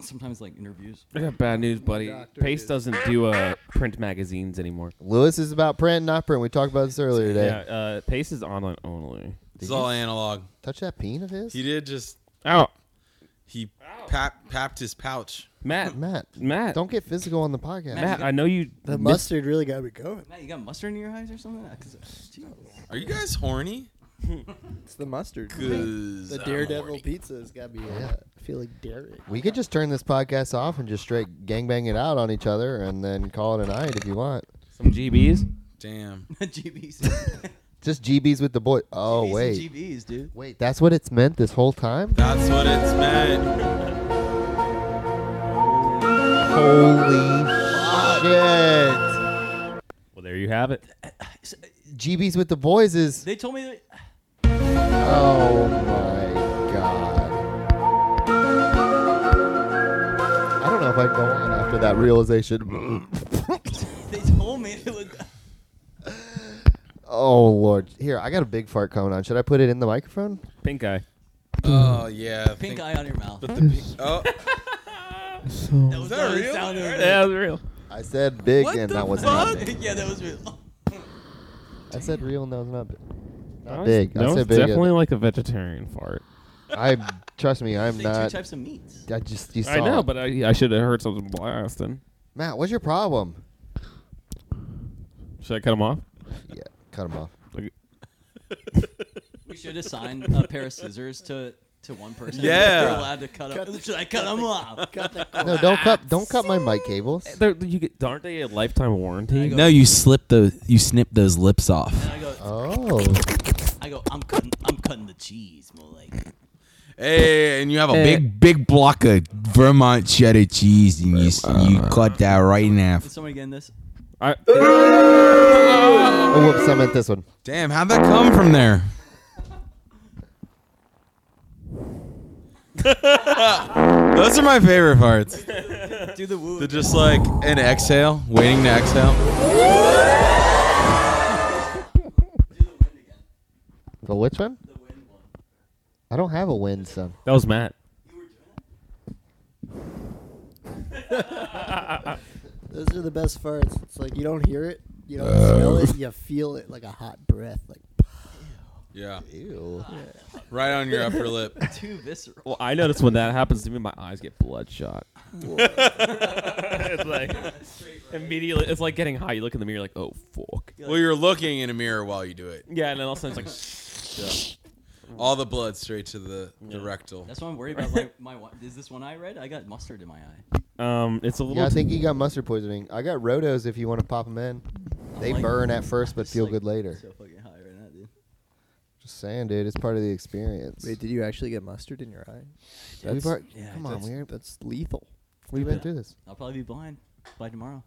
sometimes like interviews. I got bad news, buddy. Pace doesn't do uh, print magazines anymore. Lewis is about print, not print. We talked about this earlier today. Yeah, uh, Pace is online only. It's all analog. Touch that peen of his? He did just. Ow. He pap, papped his pouch. Matt, Matt, Matt, don't get physical on the podcast. Matt, I know you. The missed- mustard really got me going. Matt, you got mustard in your eyes or something? Uh, 'Cause, jeez. Are you guys horny? It's the mustard. 'Cause The I'm daredevil pizza has got me uh, feeling daring. We could just turn this podcast off and just straight gangbang it out on each other and then call it a night if you want. Some GBs? Damn. GBs. GBs Just GBs with the boy. Oh, and wait. GBs, dude. Wait, that's what it's meant this whole time? That's what it's meant. Holy shit. Well, there you have it. GBs with the boys is. They told me that Oh my god. I don't know if I go on after that realization. they told me it was. oh, Lord. Here, I got a big fart coming on. Should I put it in the microphone? Pink eye. Oh, yeah. I Pink think- eye on your mouth. But the pink, oh, that was that real? That was real. I said big What and the that wasn't fuck? on real. yeah, that was real. I said real and that was not big. That Not was- big. That I was said big. uh, definitely like a vegetarian fart. I trust me. I'm They not. two types of meats. I just you saw. I know, it. but I, I should have heard something blasting. Matt, what's your problem? Should I cut him off? Yeah, cut him off. Like, We should assign a pair of scissors to to one person. Yeah. We're allowed to cut up. Should I cut them off? Got the No, don't cut. Don't cut my mic cables. they're- you get, aren't they a lifetime warranty? No, you slip those. You snip those lips off. And I go, Oh, I go, I'm cutting, I'm cutting the cheese, more like. Hey, and you have a big, big block of Vermont cheddar cheese, and you s you Uh. cut that right in Is half. somebody getting this? I, oh whoops! I meant this one. Damn, how'd that come from there? Those are my favorite parts. Do the woo. They're just like an exhale, waiting to exhale. The which one? I don't have a wind son. that was Matt. Those are the best Uh. farts. It's like you don't hear it, you don't smell it, you feel it like a hot breath. Like Yeah. Ew. Right on your upper lip. Too visceral. Well, I notice when that happens to me, my eyes get bloodshot. it's like immediately, it's like getting high. You look in the mirror, like, oh fuck. Well, you're looking in a mirror while you do it. Yeah, and then all of a sudden it's like all the blood straight to the, the rectal. Mm-hmm. That's what I'm worried about. Like my, wa- is this one eye red? I got mustard in my eye. Um, it's a Yeah, I think you got mustard poisoning. I got rotos. If you want to pop them in, they like- burn at first but feel good later. So fucking high right now, dude. Just saying, dude, it's part of the experience. Wait, did you actually get mustard in your eye? We've already- come on, that's, we're- that's lethal. We've been through this. I'll probably be blind by tomorrow.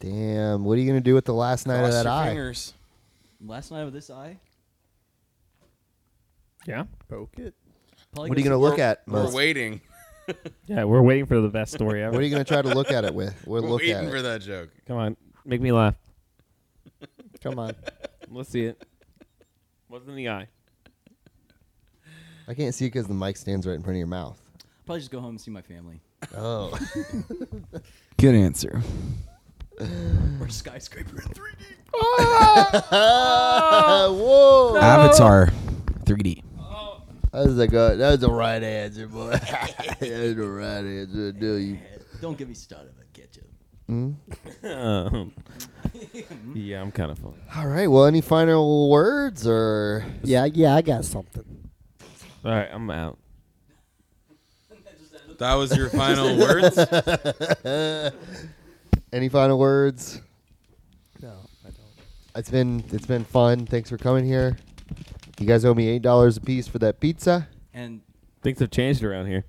Damn, what are you gonna do with the last night of Cross that your eye? fingers. Last night with this eye. Yeah. Poke it. Probably What are you go gonna see- look at? We're most? waiting. Yeah, we're waiting for the best story ever. What are you gonna try to look at it with? We're We're look at waiting it. for that joke. Come on, make me laugh. Come on, Let's see it. What's in the eye? I can't see because the mic stands right in front of your mouth. Probably just go home and see my family. Oh, Good answer. Or skyscraper in 3D. Ah! whoa! Avatar 3D. That was a good. That was the right answer, boy. that was the right answer. Do you? Don't get me started. I get you. Um, yeah, I'm kind of funny. All right. Well, any final words or? Yeah, yeah, I got something. All right, I'm out. That was your final words? any final words? No, I don't. It's been it's been fun. Thanks for coming here. You guys owe me eight dollars a piece for that pizza. And Things have changed around here.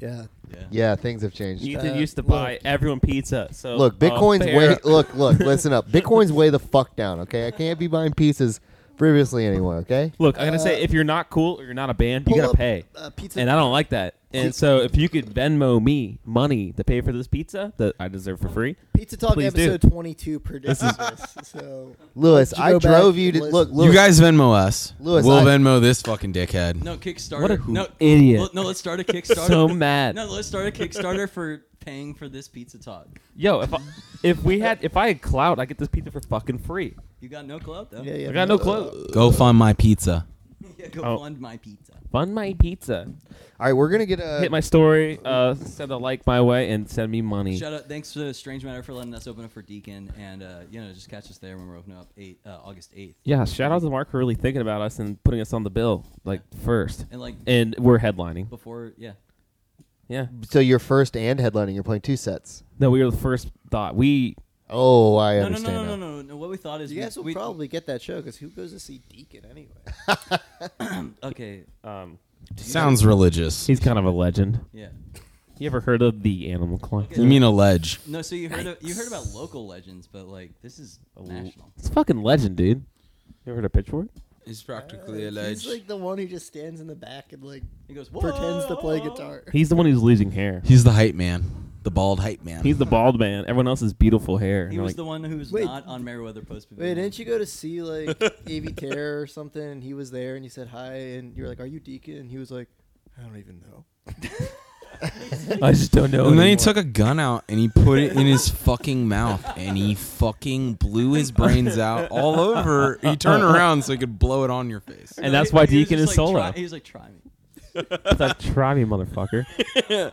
Yeah. Yeah, things have changed. Ethan Uh, used to look. buy everyone pizza. So Look, Bitcoin's uh, way. fair. Look, look, listen up. Bitcoin's way the fuck down. Okay, I can't be buying pieces frivolously anymore. Okay. Look, I'm gonna Uh, say if you're not cool or you're not a band, you pull gotta up, pay. uh, pizza- And I don't like that. And so if you could Venmo me money to pay for this pizza that I deserve for free, Pizza Talk please do. episode 22 predicts this. So, Lewis, Did you I go back drove and you to listen? look. Lewis, You guys Venmo us. Louis, we'll I- Venmo this fucking dickhead. No Kickstarter. What a no, idiot. let- No, let's start a Kickstarter. So mad. No, let's start a Kickstarter for paying for this pizza talk. yo, if I, if we had if I had clout, I would get this pizza for fucking free. You got no clout though. yeah, yeah, I got no clout. Go fund my pizza. Yeah, go Oh. fund my pizza. Fund my pizza. All right, we're gonna get a. Hit my story. Uh, send a like my way and send me money. Shout out, thanks to Strange Matter for letting us open up for Deacon, and uh, you know, just catch us there when we're opening up eight, uh, August eighth. Yeah, shout out to Mark for really thinking about us and putting us on the bill like first. And, like- and we're headlining. Before, yeah, Yeah. So your first and headlining, you're playing two sets. No, we were the first thought. We Oh, I no, no, understand. no, no, no, now. no, no. What we thought is you we, guys will we- probably get that show because who goes to see Deacon anyway? okay, um Sounds religious. he's kind of a legend. yeah. You ever heard of the Animal Collective? You mean a ledge. No, so you heard of, you heard about local legends, but like this is national. It's fucking legend, dude. You ever heard of Pitchfork? He's practically a Uh, He's ledge. like the one who just stands in the back and like He goes pretends to play "Whoa." guitar. He's the one who's losing hair. He's the hype man. The bald hype man. He's the bald man. Everyone else is beautiful hair. And He they're was like, the one who was Wait. not on Meriwether Post Wait, Pavilion. didn't you go to see like AV Terror or something? And he was there, and you said hi, and you were like, "Are you Deacon?" And he was like, "I don't even know." I just don't know. and then he anymore." took a gun out and he put it in his fucking mouth and he fucking blew his brains out all over. He turned around so he could blow it on your face. and that's why He was Deacon just is like, solo. Try, he was like, "Try me." It's like, try me, motherfucker.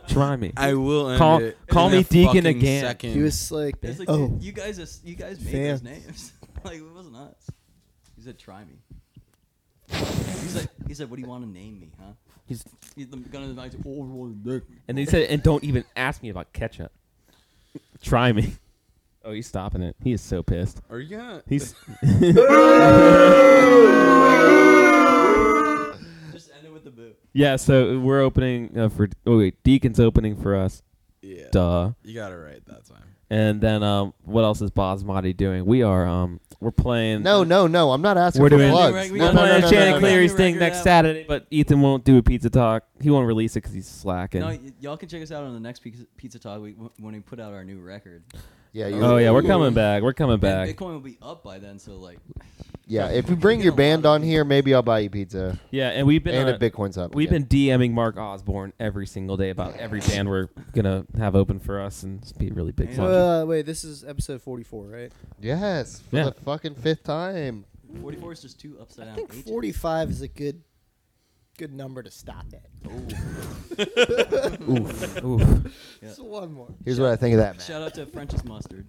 try me. I will end Call- it call in me a Deacon fucking again. second. He was like, It's like, "Oh, dude, you guys, is- you guys made Fans. those names. like it wasn't us. He said, "Try me." He's like, he said, "What do you want to name me, huh?" He's, He's the gun in the mic. Oh, roll dick. and he said, and don't even ask me about ketchup. try me. Oh, he's stopping it. He is so pissed. Are you gonna? He's Just end it with the boo. yeah. So we're opening uh, for. Oh wait, Deacon's opening for us. Yeah. Duh. You got it right that time. And then um, what else is Basmati doing? We are um, we're playing. No, no, no. I'm not asking We're for doing- plugs. We No, We're got no, no, playing no, Shannon no, no. Cleary's no. thing next Saturday, but Ethan won't do a pizza talk. He won't release it because he's slacking. No, y- y'all can check us out on the next pizza, pizza talk we, when we put out our new record. Yeah, you- oh yeah, we're coming back. We're coming And back. Bitcoin will be up by then, so like, Yeah, if you bring your band on here, maybe I'll buy you pizza. Yeah, and we've been And on if Bitcoin's up, We've yeah. been DMing Mark Osborne every single day about every band we're gonna have open for us, and it's be really big. Yeah. fun. Uh, wait, this is episode 44, right? Yes, for Yeah. the fucking fifth time. 44 is just two upside down. I think H's. 45 is a good good number to stop at. Oof. Oof. Just one more. Here's what I think of that. Shout out to French's mustard.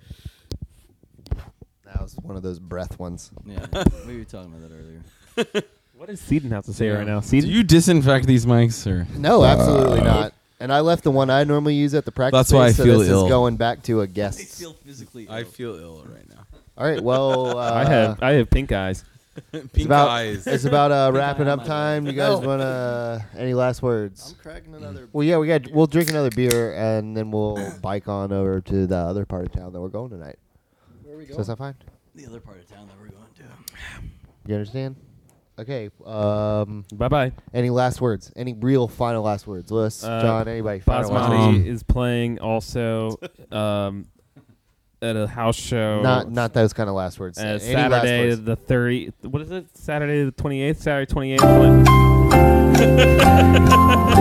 That was one of those breath ones. Yeah, we were talking about that earlier. What does Seaton have to say right now? Do Seaton, you disinfect these mics, or No, absolutely not. And I left the one I normally use at the practice. That's why space, so I feel this ill. is going back to a guest. Feel physically. I feel ill right now. All right. Well, uh, I have I have pink eyes. It's about, It's about uh, wrapping up time. You guys No. want to any last words? I'm cracking another. Well, yeah, we got. We'll drink another beer and then we'll bike on over to the other part of town that we're going tonight. Where are we So is that fine? The other part of town that we're going to. You understand? Okay. Um. Bye bye. Any last words? Any real final last words? Liz, Uh, John, anybody? Final last Basmati words? is playing also um, at a house show. Not- not those kinda last words. Uh, Any last Saturday words? the thirty. What is it? Saturday the twenty eighth. Saturday twenty eighth.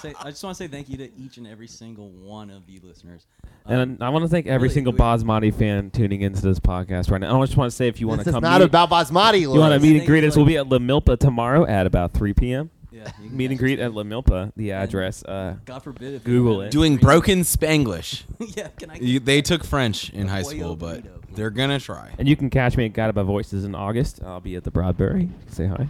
Hey, I just want to say I just want to say thank you to each and every single one of you listeners. Um, Um, And I want to thank every single Basmati fan tuning into this podcast right now. I just want to say if you want This to is come, not meet- about Basmati, You want to Lawrence. meet and greet us? We'll be at La Milpa tomorrow at about three p.m. Yeah, you can meet and greet at La Milpa. The address. Uh, God forbid if you Google have it. Doing broken Spanglish. Yeah, can I- You- they took French in high school, but they're gonna try. And you can catch me at Guided by Voices in August. I'll be at the Broadberry. Say hi.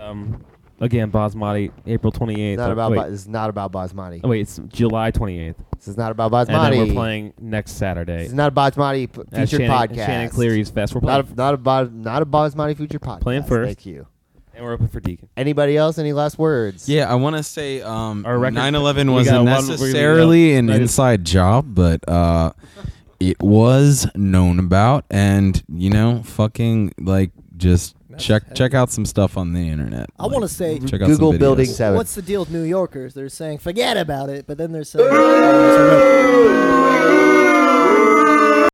Um, again, Basmati, April 28th. Not Oh, about. wait. Ba- it's not about Basmati. Oh, wait, it's July 28th. This is not about And then Basmati. we're playing next Saturday. This is not a Basmati p- At featured Shannon- podcast. Shannon Cleary's Fest. We're not a, not a, Bas- not a Basmati featured podcast. Playing first. Thank you. And we're open for Deacon. Anybody else? Any last words? Yeah, I want to say um, Our record- 9/11 we was got not one- we're gonna get necessarily up. an Right. inside job, but uh, it was known about, and you know, fucking like just check check out some stuff on the internet. I want to say check out some videos. What's the deal with New Yorkers? They're saying forget about it, but then they're saying.